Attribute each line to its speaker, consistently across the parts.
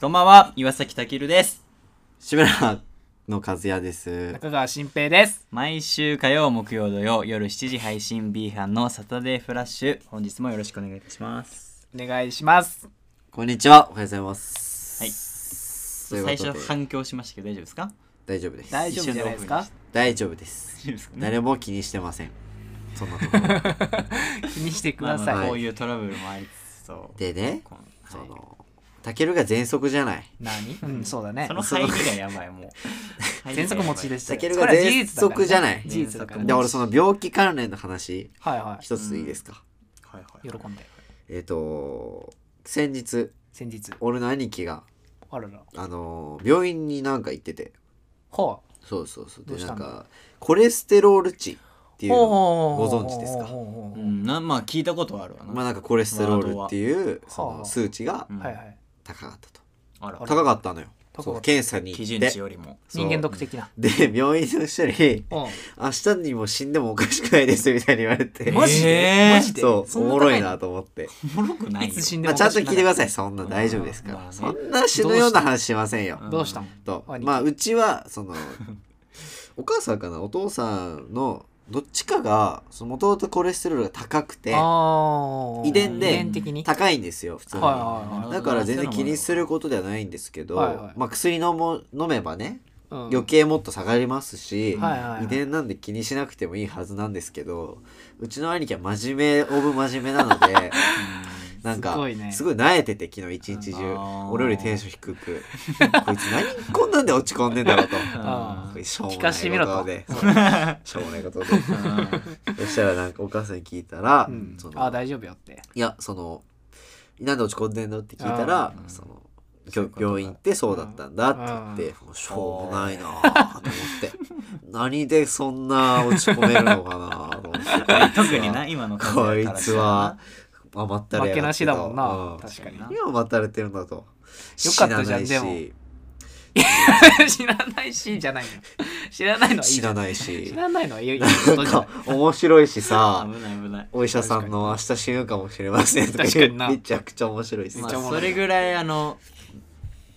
Speaker 1: こんばんは、岩崎たけるです。
Speaker 2: 志村の和也です。
Speaker 3: 中川新平です。
Speaker 1: 毎週火曜、木曜、土曜、夜7時配信 B 班のサタデーフラッシュ。本日もよろしくお願いいたします。
Speaker 3: お願いします。
Speaker 2: こんにちは、おはようございます。
Speaker 1: はい
Speaker 2: という
Speaker 1: 最
Speaker 2: ことで。
Speaker 1: 初反響しましたけど大丈夫ですか
Speaker 2: 大丈夫です。
Speaker 3: 大丈夫じゃないですか
Speaker 1: 一。
Speaker 2: 大丈夫です。
Speaker 1: 大丈夫ですかね
Speaker 2: 誰も気にしてません。そんなところ。
Speaker 3: 気にしてく
Speaker 1: まあ
Speaker 3: だ
Speaker 1: まあ
Speaker 3: さ
Speaker 1: こう
Speaker 3: い。
Speaker 1: いうトラブルもありつつそう。
Speaker 2: で ね、
Speaker 1: この
Speaker 2: そ
Speaker 1: はい
Speaker 2: の、たけるが喘息じゃない。
Speaker 3: 何？うん、そうだね
Speaker 1: そ。の入りがやばい、もう。
Speaker 3: 喘息持ちでした
Speaker 2: タ
Speaker 3: よ。
Speaker 2: ケル
Speaker 3: こ
Speaker 2: が
Speaker 3: れは事実だから
Speaker 2: 喘息じゃない
Speaker 3: 事実だから
Speaker 1: うん
Speaker 3: ね。
Speaker 2: で、俺その病気関連の話、
Speaker 3: はいは
Speaker 2: 一ついいですか。
Speaker 1: はいはい
Speaker 3: い。喜んで。
Speaker 2: えっと、先日、
Speaker 3: 先日。
Speaker 2: 俺の兄貴が、
Speaker 3: あらら。
Speaker 2: あのー、病院になんか行ってて。
Speaker 3: はあ。
Speaker 2: そうそうそう。
Speaker 3: ど
Speaker 2: で、
Speaker 3: うし
Speaker 2: な
Speaker 3: た
Speaker 2: ん
Speaker 3: の
Speaker 2: か、コレステロール値っていうのを
Speaker 3: ご
Speaker 2: ご存知ですか
Speaker 1: う
Speaker 3: は
Speaker 1: ん、なまあ聞いたことはあるわな。
Speaker 2: まあなんかコレステロールっていうそ
Speaker 3: は
Speaker 2: の
Speaker 3: あ
Speaker 2: 数値が
Speaker 1: うん
Speaker 3: いはい。
Speaker 2: 高かったと
Speaker 1: あら
Speaker 3: あら
Speaker 2: 高かったのよ
Speaker 3: 高か
Speaker 2: そ
Speaker 3: った
Speaker 2: う検査に
Speaker 1: 基
Speaker 2: 行
Speaker 1: 準
Speaker 2: っ
Speaker 1: 値
Speaker 2: て
Speaker 1: よりも。
Speaker 2: そう
Speaker 3: 人間ドック的な。
Speaker 2: で病院の人に
Speaker 3: うん。
Speaker 2: 「明日にも死んでもおかしくないです」みたいに言われて
Speaker 3: マジ
Speaker 1: えー
Speaker 3: で？マジで？
Speaker 2: そ
Speaker 3: そ
Speaker 2: うんお
Speaker 3: 高
Speaker 2: もろいなと思って、
Speaker 1: おもろくない
Speaker 3: い
Speaker 1: よ。
Speaker 3: つ死んで
Speaker 2: ま
Speaker 3: も
Speaker 2: あ、ちゃんと聞いてくだ
Speaker 3: さ
Speaker 2: さいそんな大丈夫ですか
Speaker 1: まあ
Speaker 2: ら
Speaker 1: ね
Speaker 2: そんな死ぬような話しませんよ
Speaker 1: うん
Speaker 3: どうしたの？
Speaker 2: と
Speaker 3: 兄貴
Speaker 2: まあうちはそのお母さんかなお父さんのどっちかがもともとコレステロールが高くて
Speaker 3: ああ。
Speaker 2: 遺伝で
Speaker 3: 遺伝的に。
Speaker 2: 高いんですよ普通に、
Speaker 3: はいはいはい
Speaker 2: だから全然気にすることではないんですけど、
Speaker 3: はいはい
Speaker 2: まあ、薬飲も飲めばね
Speaker 3: うん
Speaker 2: 余。計もっと下がりますし、
Speaker 3: はいはいはい
Speaker 2: 遺伝なんで気にしなくてもいいはずなんですけどうちの兄貴は真面目オブ真面目なの でなんか
Speaker 3: すごいね
Speaker 2: すごい萎えてて昨日一日
Speaker 1: あー
Speaker 2: 中俺よりテンション低くこいつ何こんなんで落ち込んでんだろう と。
Speaker 3: あ
Speaker 2: こいつしょうも
Speaker 3: 聞
Speaker 2: な
Speaker 3: かしてみ
Speaker 2: い
Speaker 3: ろ
Speaker 2: こととでしょうもないこと でそしたらなんかお母さんに聞いた
Speaker 3: あ。
Speaker 2: ら、
Speaker 3: うん
Speaker 2: そ。の
Speaker 3: あ、大丈夫よって。
Speaker 2: いやそのなんで落ち込んでんのって聞いたら
Speaker 1: あー
Speaker 2: そのき
Speaker 1: そうい
Speaker 2: ょ
Speaker 1: うことか
Speaker 2: 病院行ってそうだったんだって言って、もうしょうもないなあと思って何でそんな落ち込めるのかなあと思 って
Speaker 1: 特にな、今の
Speaker 2: こいつは甘ったれ
Speaker 3: 負
Speaker 2: や
Speaker 3: け
Speaker 2: が
Speaker 3: な
Speaker 2: って
Speaker 3: し
Speaker 2: と
Speaker 3: だもん
Speaker 2: う。
Speaker 3: なん確かに。
Speaker 2: 今待たれてるんだとよ
Speaker 3: かったじゃんでも 知らないしじゃないの知らないのはいい
Speaker 2: 知
Speaker 3: じゃ
Speaker 2: ら
Speaker 3: ん
Speaker 2: ないし
Speaker 3: 知らないのはいい
Speaker 2: な
Speaker 3: こと
Speaker 2: ん
Speaker 3: じゃな
Speaker 2: か
Speaker 3: い
Speaker 2: 面白いしさ
Speaker 1: 危ない危ない。
Speaker 2: お医者さんの明日死ぬかもしれませんとか
Speaker 3: 確かにな
Speaker 2: めちゃくちゃ面白いです
Speaker 1: まあ、
Speaker 3: めっちゃおもろ
Speaker 1: そ
Speaker 3: い
Speaker 1: れぐらいあの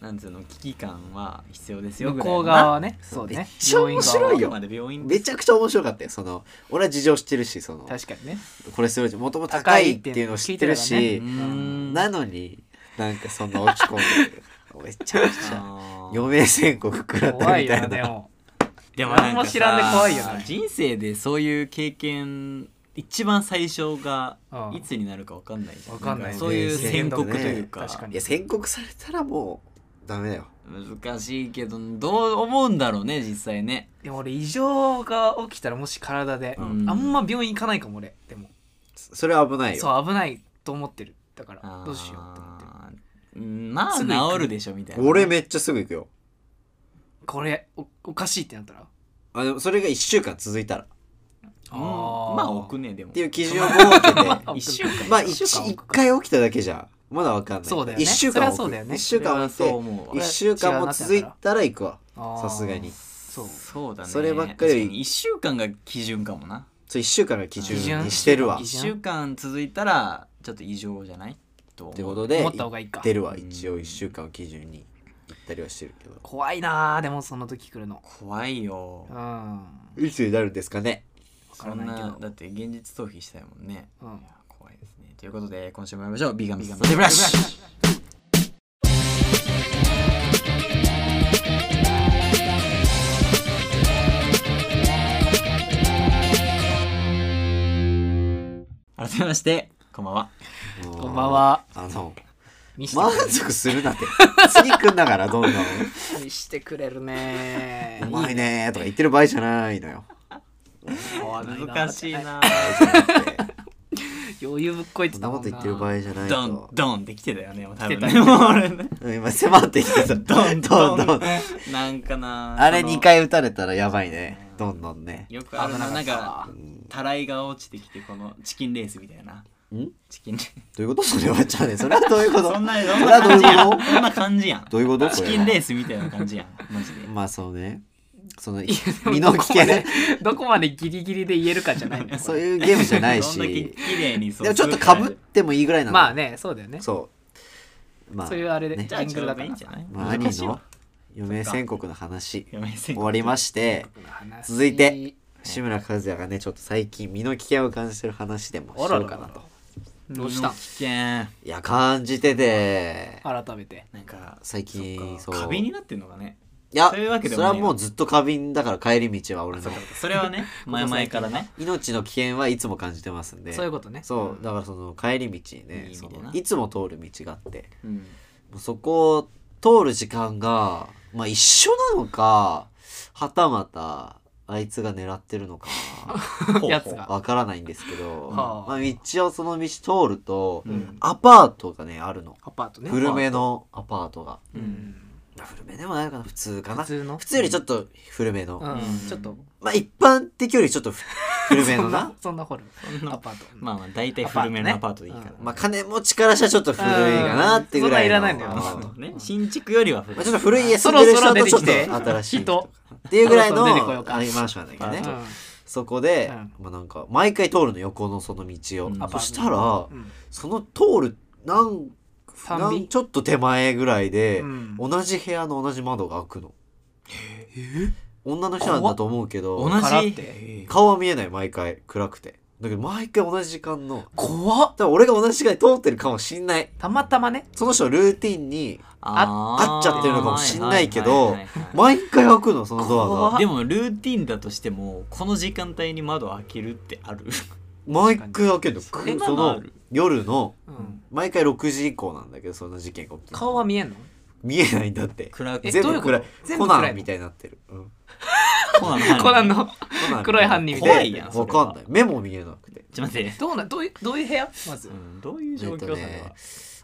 Speaker 1: なんつうの危機感は必要ですよ
Speaker 3: 向こう側は
Speaker 1: ね
Speaker 3: ねそう
Speaker 2: めっ
Speaker 3: ね
Speaker 2: ちゃ面白いよ
Speaker 1: まで病院
Speaker 2: めちゃくちゃ面白かったよその俺は事情知ってるしその
Speaker 3: 確かにね
Speaker 2: コレステロール値もともと高いっていうのを知って
Speaker 1: う
Speaker 2: る
Speaker 3: 高いっ
Speaker 2: し
Speaker 1: ーん
Speaker 2: なのになんかそんな落ち込ん でるめちゃくちゃ
Speaker 1: あー
Speaker 2: 余命宣告食らった
Speaker 3: 怖
Speaker 2: み
Speaker 3: い
Speaker 2: た
Speaker 3: よ
Speaker 2: い
Speaker 3: な
Speaker 2: な
Speaker 3: でも
Speaker 1: でもなんかさ
Speaker 3: 何も知らんで怖いよね
Speaker 1: 人生でそういう経験一番最初が
Speaker 3: うん
Speaker 1: いつになるかわかんないじゃん
Speaker 3: わかんない
Speaker 1: そういう宣告というか,、
Speaker 3: 確か
Speaker 2: い
Speaker 3: に
Speaker 2: や宣告されたらもうダメだよ
Speaker 1: 難しいけどどう思うんだろうね実際ね
Speaker 3: でも俺異常が起きたらもし体で
Speaker 2: う
Speaker 3: あ
Speaker 1: ん
Speaker 3: んま病院行かないかも俺でも
Speaker 2: それは危ないよ
Speaker 3: そう危ないと思ってるだから
Speaker 1: あー
Speaker 3: どうしようって思ってる
Speaker 1: うんまあ
Speaker 3: すぐ行く
Speaker 1: 治るでしょみたいな
Speaker 2: 俺めっちゃすぐ行くよ
Speaker 3: これおおかしいってなったら
Speaker 2: あでもそれが1週間続いたらっ
Speaker 1: うんまあ置くねでも
Speaker 2: ていう基準を設 けて
Speaker 3: あ
Speaker 1: 一週間
Speaker 2: まあ
Speaker 3: 一週間
Speaker 2: 1,
Speaker 3: 置くか
Speaker 2: 回起きただけじゃまだわかんない
Speaker 3: そうだよね
Speaker 2: 1週間置く
Speaker 3: そりゃそうだよね
Speaker 2: 1週間置い
Speaker 1: それはそう
Speaker 2: て
Speaker 1: 思うわ
Speaker 2: 1週間も続いたら行くわ
Speaker 3: あー
Speaker 2: さすがに
Speaker 3: そう
Speaker 1: そうだね
Speaker 2: そればっかり
Speaker 1: 1週間が基準かもな
Speaker 2: そう1週間が基
Speaker 3: 基
Speaker 2: 準
Speaker 3: 準
Speaker 2: にしてるわ
Speaker 1: 1
Speaker 3: 基準
Speaker 1: 週間続いたらちょっと異常じゃないと
Speaker 2: って
Speaker 1: 思
Speaker 2: こ
Speaker 1: う
Speaker 2: とで
Speaker 3: 思った方がいいか
Speaker 2: 出るわ
Speaker 1: うん
Speaker 2: 一応1週間を基準に行ったりはしてるけど
Speaker 3: 怖いなーでもその時来るの
Speaker 1: 怖いよ
Speaker 3: うんわ
Speaker 2: いつになるんですかね
Speaker 3: か
Speaker 1: そ
Speaker 3: ら
Speaker 1: ん
Speaker 3: ないけ
Speaker 1: な
Speaker 3: ど
Speaker 1: だって現実逃避したいもんね
Speaker 3: うん
Speaker 1: いや怖いですねということで今週もやりましょうビーガンビーガンブラッシュ改めましてこんばんは
Speaker 2: こ
Speaker 3: こんばんは
Speaker 2: あの
Speaker 3: 見せて
Speaker 2: 満
Speaker 3: くれる
Speaker 2: 足するなって次来んだからどんどん
Speaker 3: 見してくれる ね
Speaker 2: うまいねーとか言ってる場合じゃないのよ
Speaker 1: 難しいな
Speaker 3: 余裕ぶっこい
Speaker 2: そ
Speaker 3: て
Speaker 2: んな
Speaker 3: た
Speaker 2: こ
Speaker 3: も
Speaker 2: と
Speaker 3: ん
Speaker 2: 言ってる場合じゃない
Speaker 1: ドン
Speaker 2: と
Speaker 1: ドンってきてたよね多分ね
Speaker 3: 来て た
Speaker 1: もう俺ね
Speaker 2: うん今迫ってきてたどんどんどん
Speaker 1: なんかな
Speaker 2: あれ
Speaker 1: その
Speaker 2: 2回打たれたらやばいねどんどんね
Speaker 1: よくあるななんか
Speaker 2: うん
Speaker 1: たらいが落ちてきてこのチキンレースみたいなんチキンレース
Speaker 2: どういうことそれはちゃうねそれはどういうこと
Speaker 1: そんな
Speaker 2: そ
Speaker 1: そん
Speaker 2: れ
Speaker 1: な
Speaker 2: はどう
Speaker 1: 感
Speaker 2: いう
Speaker 1: じやん
Speaker 2: こと
Speaker 1: そんな感じやん
Speaker 2: どういうこと
Speaker 1: チキンレースみたいな感じやんマジで
Speaker 2: まあそうね。その
Speaker 3: でも
Speaker 2: 身
Speaker 3: ど
Speaker 2: の
Speaker 3: こ
Speaker 2: 危
Speaker 3: ま
Speaker 2: 険
Speaker 3: でどこまでギリギリで言えるかじゃないんだ よ
Speaker 2: そういうゲームじゃないし
Speaker 1: どんだけ
Speaker 2: で
Speaker 1: 綺麗にそう
Speaker 2: もちょっとかぶってもいいぐらいなの
Speaker 3: まあねそうだよね
Speaker 2: そうまあ
Speaker 3: そういうあれで、
Speaker 2: ね
Speaker 3: ジングルだから
Speaker 1: いいんじゃない
Speaker 2: まあ、兄
Speaker 1: 難しい
Speaker 2: の
Speaker 1: わ
Speaker 2: 余命宣告の話
Speaker 1: やめせ
Speaker 2: 終
Speaker 1: ん
Speaker 2: わりまして
Speaker 3: 話
Speaker 2: 続いて志村和也がねちょっと最近身の危険を感じてる話でもしようかなと
Speaker 3: どうした
Speaker 1: 危険ない
Speaker 2: や感じてて
Speaker 3: 改めて
Speaker 1: んか
Speaker 2: 最近
Speaker 1: そ
Speaker 2: そ
Speaker 1: っ
Speaker 2: う
Speaker 1: か花瓶になってんのかね
Speaker 2: いや
Speaker 1: そういうわけで
Speaker 2: そ
Speaker 1: も
Speaker 2: れ
Speaker 1: ない
Speaker 2: はもうずっと過敏だから帰り道は俺の
Speaker 1: それは ね前々からね
Speaker 2: 命の危険はいつも感じてますんで
Speaker 3: そういうことね
Speaker 2: そうだからその帰り道に
Speaker 1: い
Speaker 2: ね
Speaker 1: い意
Speaker 2: そ
Speaker 1: 味でな
Speaker 2: のいつも通る道があって
Speaker 1: うん
Speaker 2: もうそこを通る時間が、まあ、一緒なのかはたまたあいつが狙ってるのか
Speaker 3: やつが
Speaker 2: わからないんですけど、
Speaker 3: はあ
Speaker 2: まあ、道をその道通ると、
Speaker 1: うん
Speaker 2: アパートがねあるの
Speaker 3: アパートね
Speaker 2: 古めのアパートが
Speaker 1: う
Speaker 3: うんん
Speaker 2: まあ古めでもないのかな普通かな
Speaker 3: 普
Speaker 2: 普通
Speaker 3: 通の
Speaker 2: よりちょっと古めの、
Speaker 3: うん
Speaker 1: うん
Speaker 3: ちょっと
Speaker 2: まあ一般的よりちょっとふ古め
Speaker 3: そ
Speaker 2: の
Speaker 3: ん
Speaker 2: な
Speaker 3: なそんなホル
Speaker 1: んな
Speaker 3: アパート
Speaker 1: まあまあ大体古めのアパートでいいから
Speaker 2: まあ金持ちからしたらちょっと古いかなってぐらい
Speaker 3: うんそんないらないのよ
Speaker 2: まあ
Speaker 1: まあね新築よりは古
Speaker 2: まあ
Speaker 1: い
Speaker 2: ちょっと古い家住んでる人とちょっ
Speaker 3: そろそろ出てき
Speaker 2: と
Speaker 3: て
Speaker 2: 新しい人
Speaker 3: 人
Speaker 2: っていうぐらい
Speaker 3: そ
Speaker 2: の
Speaker 3: ろそろ出てこようか
Speaker 2: あれマンションなんだけど
Speaker 1: う
Speaker 2: ねそこで、まあなんか毎回通るの横のその道を、
Speaker 1: うん
Speaker 2: そしたら
Speaker 3: うん
Speaker 2: その通るなん
Speaker 3: 三尾
Speaker 2: なんちょっと手前ぐらいで、
Speaker 3: うん
Speaker 2: 同じ部屋の同じ窓が開くの女の人なん
Speaker 1: 怖
Speaker 2: だ
Speaker 1: っ
Speaker 2: と思うけど
Speaker 1: 同
Speaker 3: 空っ
Speaker 1: じ
Speaker 3: て
Speaker 1: えー
Speaker 2: 顔は見えない毎回暗くてだけど毎回同じ時間の
Speaker 1: 怖っ
Speaker 2: 多分俺が同じ時間に通ってるかもしんない
Speaker 3: たまたまね
Speaker 2: その人のルーティンに
Speaker 1: あー
Speaker 2: 合っちゃってるのかもしんないけど
Speaker 1: はいはいはいはい
Speaker 2: 毎回開くのそのドアが
Speaker 1: でもルーティンだとしてもこの時間帯に窓開けるってある
Speaker 2: 毎回開けるの
Speaker 1: え
Speaker 2: く
Speaker 1: まあ
Speaker 2: そ
Speaker 1: まああ
Speaker 2: の
Speaker 1: る
Speaker 2: 夜の
Speaker 3: うん
Speaker 2: 毎回6時以降なんだけどそんな事件が起きてる
Speaker 3: 顔は見えんの
Speaker 2: 見えないんだって
Speaker 1: 暗く
Speaker 3: え
Speaker 2: 全
Speaker 3: どうい
Speaker 2: 部
Speaker 3: うこと
Speaker 2: 暗い
Speaker 3: 全部
Speaker 2: コ
Speaker 3: 暗いの
Speaker 2: ナンみたいになってる、うん
Speaker 1: コナンの犯人
Speaker 3: コナンの
Speaker 2: コナンみたいな
Speaker 3: 黒い犯人みたい
Speaker 1: 怖いやんそ
Speaker 2: わ
Speaker 1: れは
Speaker 2: かんない目も見えなくて
Speaker 1: ちょっと待って、
Speaker 3: どうなどういうどういう部屋まず
Speaker 1: うん、どういう状況
Speaker 2: えっ
Speaker 1: そ
Speaker 2: と
Speaker 1: れ
Speaker 2: ね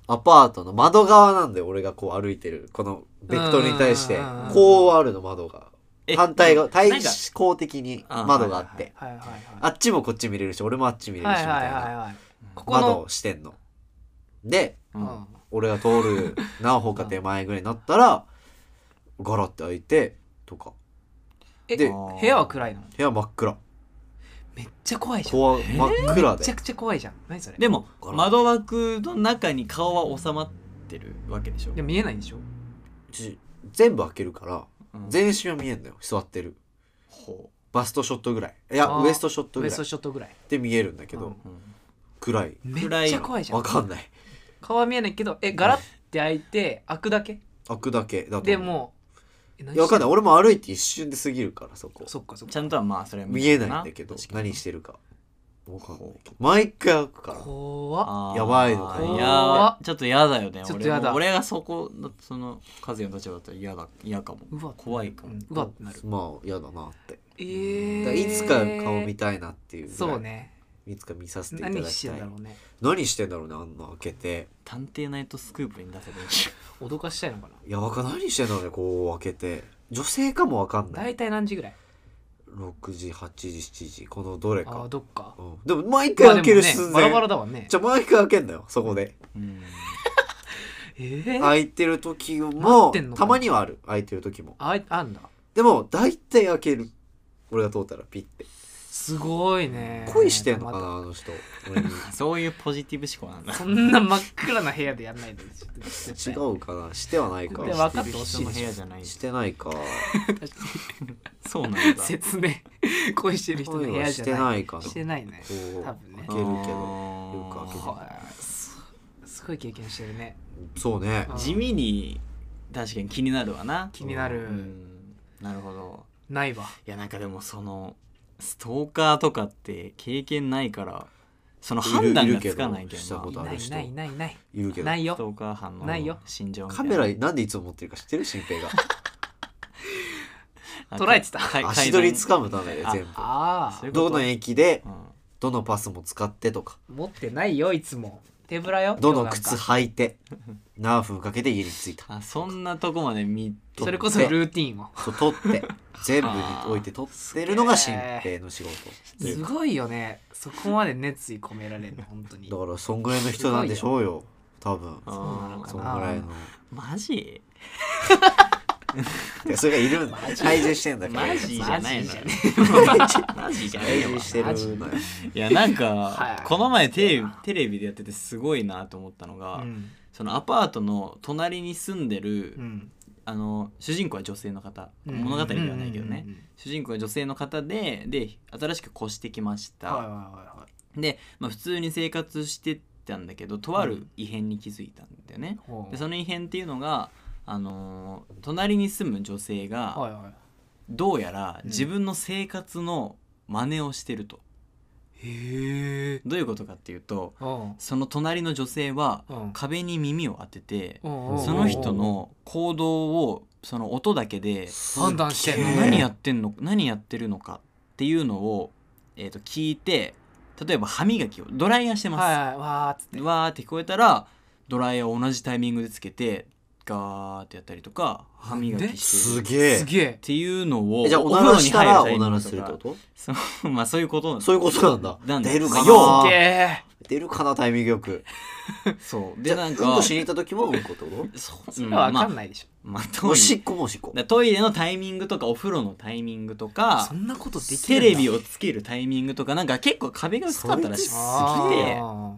Speaker 1: は
Speaker 2: アパートの窓側なんで俺がこう歩いてるこのベクトルに対して
Speaker 3: うんうんうんうん
Speaker 2: こうあるの窓が
Speaker 1: え
Speaker 2: 反対側
Speaker 1: なんか
Speaker 2: 対向的に窓があって
Speaker 3: はいはいはい
Speaker 2: あっちもこっち見れるし俺もあっち見れるしみた
Speaker 3: はい
Speaker 2: い
Speaker 3: はいはい
Speaker 2: な
Speaker 3: はいここ
Speaker 2: 窓
Speaker 3: の
Speaker 2: をしてんので
Speaker 1: うん
Speaker 3: うん
Speaker 2: 俺が通る何歩か手前ぐらいになったらガラって開いてとか
Speaker 3: え
Speaker 2: で
Speaker 3: 部屋は暗いの
Speaker 2: 部屋真っ暗
Speaker 3: めっちゃ怖いじゃん
Speaker 2: 怖真っ暗
Speaker 3: めち
Speaker 2: で
Speaker 3: ゃくちゃ怖いじゃん何それ
Speaker 1: でも
Speaker 2: この
Speaker 1: 窓枠の中に顔は収まってるわけでしょ
Speaker 3: いや見えないんでしょ
Speaker 2: ち全部開けるから
Speaker 1: うん
Speaker 2: 全身は見えんのよ座ってる
Speaker 1: ほ
Speaker 2: バストショットぐらいいや
Speaker 3: あー
Speaker 2: ウエストショット
Speaker 3: ウ
Speaker 2: ぐ
Speaker 3: エ
Speaker 2: らい
Speaker 3: ストショットぐらいう
Speaker 2: で見えるんだけど
Speaker 3: ん
Speaker 1: ううん
Speaker 2: 暗い
Speaker 3: めっちゃ怖いじゃん
Speaker 2: わかんない
Speaker 3: 顔は見えないけどえガラッて開いて開くだけ
Speaker 2: 開くだけだと思う
Speaker 3: でもえ何
Speaker 2: いやわかんない
Speaker 3: して
Speaker 2: 俺も歩いて一瞬で過ぎるからそこ
Speaker 3: そっかそっ
Speaker 1: ち
Speaker 3: か
Speaker 1: ゃんとはまあそれは
Speaker 2: 見えないんだけど
Speaker 1: 確かに
Speaker 2: 何してるかわかんないけど毎回開くから
Speaker 3: 怖っ
Speaker 1: あー
Speaker 2: やばいのか
Speaker 3: ない
Speaker 1: やちょっと嫌だよね
Speaker 3: ちょっと嫌だ
Speaker 1: 俺も俺がそこだその和也の立場だったら嫌だ嫌かも
Speaker 3: うわ
Speaker 1: 怖いかも、
Speaker 3: うんうわってなる
Speaker 2: まあ嫌だなって
Speaker 3: え
Speaker 2: だか
Speaker 3: ー
Speaker 2: らいつか顔見たいなっていうぐらい
Speaker 3: そうね
Speaker 2: いつか見させていただ
Speaker 3: 何し
Speaker 2: き
Speaker 3: て
Speaker 2: た
Speaker 3: ん
Speaker 2: い
Speaker 3: だろうね
Speaker 2: 何してんだろうねあんな開けて
Speaker 1: 探偵ナイトスクープに出せばいい
Speaker 3: 脅かしたいのかない
Speaker 2: やわかん何してんだろうねこう開けて女性かもわかんない
Speaker 3: 大体何時ぐらい
Speaker 2: 6時8時7時このどれ
Speaker 3: あー
Speaker 2: か、
Speaker 3: どっか
Speaker 2: うん、でも毎回開ける
Speaker 3: まあでも
Speaker 2: 寸
Speaker 3: ねバ
Speaker 2: 前、
Speaker 3: ラバラだわね
Speaker 2: じゃあ毎回開けんだよそこで
Speaker 1: うん
Speaker 3: えー
Speaker 2: 開いてる時
Speaker 3: 待
Speaker 2: も
Speaker 3: ってんのか
Speaker 2: たまにはある開いてる時も
Speaker 3: あいあんだ
Speaker 2: でも大体開ける俺が通ったらピッて
Speaker 3: すごいね
Speaker 2: 恋してんのか
Speaker 3: ま
Speaker 2: なあの人 俺に
Speaker 1: そういうポジティブ思考なんだ
Speaker 3: たそんな真っ暗な部屋でやんないでちょっと絶
Speaker 2: 違
Speaker 3: 対
Speaker 2: うかなしてはないか
Speaker 3: で分かってほ
Speaker 1: 人
Speaker 3: しい
Speaker 1: の
Speaker 3: で
Speaker 1: 部
Speaker 3: し
Speaker 1: 屋じゃない
Speaker 2: ししてない か
Speaker 1: しそうなんだ
Speaker 3: 説明恋してる人の部
Speaker 2: 恋
Speaker 3: 屋
Speaker 2: は
Speaker 3: じ
Speaker 2: し
Speaker 3: ゃ
Speaker 2: て
Speaker 3: ない
Speaker 2: ないかな
Speaker 3: してないね
Speaker 2: こう
Speaker 3: 多分
Speaker 2: 開け
Speaker 3: ね
Speaker 2: るけど
Speaker 1: ど
Speaker 2: よく開けて
Speaker 3: はいすすごい経験してるね
Speaker 2: そうね
Speaker 3: あ
Speaker 1: 地味に確かに気になるわな
Speaker 3: 気になる、
Speaker 1: うんなるほど
Speaker 3: ないわ
Speaker 1: いやなんかでもそのストーカーとかって経験ないからその
Speaker 2: いる
Speaker 1: 判断
Speaker 2: い
Speaker 1: が
Speaker 2: るけ
Speaker 1: つ
Speaker 2: ど
Speaker 1: かないけ
Speaker 2: した
Speaker 1: ど
Speaker 2: こ
Speaker 1: な
Speaker 3: な
Speaker 2: とある
Speaker 3: いい
Speaker 2: 人
Speaker 3: ないないない
Speaker 2: いるけど
Speaker 3: ない
Speaker 1: スト
Speaker 3: よ
Speaker 1: ーカー犯の
Speaker 3: ないよ
Speaker 1: 心情みた
Speaker 2: カ
Speaker 1: い
Speaker 2: メ
Speaker 1: な
Speaker 2: ラなんでいつも持ってるか知ってる新平が
Speaker 1: あ
Speaker 3: 捉えてた
Speaker 1: か
Speaker 2: 足取り
Speaker 1: 階段
Speaker 2: 掴むためで全
Speaker 3: あ
Speaker 1: そうい
Speaker 3: あ
Speaker 1: う
Speaker 2: 部
Speaker 1: こと
Speaker 2: どの駅で
Speaker 1: うん
Speaker 2: どのパスも使ってとか
Speaker 3: 持ってないよいつも手ぶらよ
Speaker 2: どの靴
Speaker 3: 今日なんか
Speaker 2: 履いて何分かけて家に着いた
Speaker 1: あそんなとこまで見
Speaker 2: と
Speaker 1: と
Speaker 3: それこそルーティンを
Speaker 2: そう取って全部に置いて取ってるのが新平の仕事
Speaker 3: すごいよねそこまで熱意込められるの本当に
Speaker 2: だからそんぐらいの人なんでしょうよ多分
Speaker 1: あー
Speaker 3: そうなのか
Speaker 2: そん
Speaker 3: な
Speaker 2: ぐらいの
Speaker 1: マジ
Speaker 2: でそれがいるんだ。退治してんだけど。
Speaker 1: マジじゃないのよ。 マジじゃねえ
Speaker 2: 退
Speaker 1: わ
Speaker 2: 治してるんだよ。
Speaker 1: いやなんか、
Speaker 3: はい
Speaker 1: この前テレビテレビでやっててすごいなと思ったのが、
Speaker 3: うん
Speaker 1: そのアパートの隣に住んでる、
Speaker 3: うん
Speaker 1: あの主人公は女性の方、
Speaker 3: うん
Speaker 1: 物語ではないけどね、
Speaker 3: うんうんうん
Speaker 1: 主人公は女性の方でで新しく越してきました、
Speaker 3: はいはいはいはい
Speaker 1: で、まあ、普通に生活してたんだけどとある異変に気づいたんだよね、
Speaker 3: ほう
Speaker 1: でその異変っていうのが、あのー隣に住む女性が
Speaker 3: はいはい
Speaker 1: どうやら
Speaker 3: うん
Speaker 1: 自分の生活の真似をしてると、
Speaker 3: へえ
Speaker 1: どういうことかっていうと
Speaker 3: うん
Speaker 1: その隣の女性は
Speaker 3: うん
Speaker 1: 壁に耳を当てて
Speaker 3: うん
Speaker 1: その人の行動をその音だけで
Speaker 3: 判断して
Speaker 2: すっげえ
Speaker 1: 何やってんの何やってるのかっていうのを、えー、と聞いて例えば歯磨きをドライヤーしてます、
Speaker 3: はいはいわーっつって
Speaker 1: わーって聞こえたらドライヤーを同じタイミングでつけてガーってやったりとか歯磨きして
Speaker 2: す
Speaker 1: るっ
Speaker 2: げえ
Speaker 3: す。げえ
Speaker 1: ていうのを
Speaker 2: えじゃあ、おならしたらおならするってこと
Speaker 1: と まあそういうこと
Speaker 2: そういうことなんだ。
Speaker 1: なんだ
Speaker 2: 出るか
Speaker 1: よ
Speaker 3: すげ
Speaker 2: な
Speaker 3: え
Speaker 2: 出るかなタイミングよく。
Speaker 1: そう
Speaker 2: じ
Speaker 1: で
Speaker 2: ゃあ、
Speaker 1: な
Speaker 2: うんん
Speaker 1: か
Speaker 2: こしに行った時もうんこってこ
Speaker 1: そう
Speaker 3: それは
Speaker 1: うん
Speaker 3: 分
Speaker 1: ま
Speaker 3: か
Speaker 1: あ
Speaker 3: んないでし
Speaker 1: まあ
Speaker 2: と
Speaker 1: ト
Speaker 2: お
Speaker 1: イレ
Speaker 2: しっこもおしっこ。
Speaker 1: だトイレのタイミングとかお風呂のタイミングと
Speaker 3: ょ
Speaker 1: か
Speaker 3: そんなことできるんだ
Speaker 1: テレビをつけるタイミングとかなんか結構壁が薄かったらしく
Speaker 3: あ
Speaker 1: て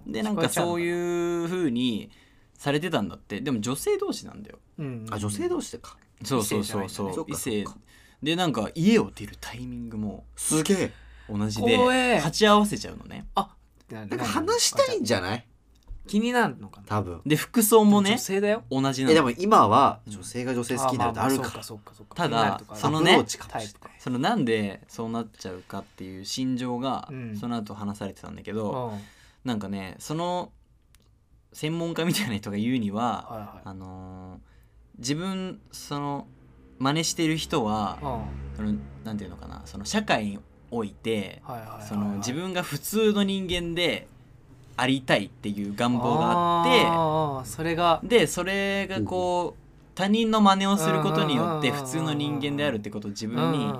Speaker 3: ー
Speaker 1: でなんかそう
Speaker 3: 聞こ
Speaker 1: いう風にされてたんだってでも女性同士なんだよ
Speaker 3: えちゃうんだ
Speaker 2: あ、女性同士でか。
Speaker 1: そうそうそう
Speaker 2: そ
Speaker 1: そうう異
Speaker 2: かそう
Speaker 1: 性
Speaker 2: か。
Speaker 1: でなんか家を出るタイミングも
Speaker 2: すげえ。
Speaker 1: 同じ
Speaker 3: 怖
Speaker 1: で
Speaker 3: え
Speaker 1: 鉢合わせちゃうのね
Speaker 3: なん
Speaker 2: なんか話したいんじゃない
Speaker 3: 気になるのかな
Speaker 2: 多分。
Speaker 1: で服装もね
Speaker 3: 女性だよ
Speaker 1: 同じな
Speaker 2: え、で
Speaker 1: の
Speaker 2: も今は女性が女性好きになるってある
Speaker 3: ま
Speaker 2: か
Speaker 3: あまあ
Speaker 2: ら。
Speaker 3: そうかそうかそうか
Speaker 1: ただ
Speaker 3: 気になるとか
Speaker 1: その
Speaker 2: ア
Speaker 1: ね
Speaker 2: プローチかも
Speaker 3: タイ
Speaker 2: し
Speaker 3: プか
Speaker 1: そのなんでそうなっちゃうかっていう心情が
Speaker 3: うん
Speaker 1: その後話されてたんだけ
Speaker 3: うん
Speaker 1: ど
Speaker 3: はい
Speaker 1: なんかねその専門家みたいな人が言うには
Speaker 3: は
Speaker 1: あのー自分その真似してる人はい
Speaker 3: うんはい
Speaker 1: そのなんていうのかなその社会において
Speaker 3: はいはいはい
Speaker 1: その自分が普通の人間でありたいっていう願望があっ
Speaker 3: あってそれが
Speaker 1: てでそれがこう他人の真似をすることによって
Speaker 3: うんうんうん
Speaker 1: 普通の人間であるってことを自
Speaker 3: う
Speaker 1: 分に
Speaker 3: ん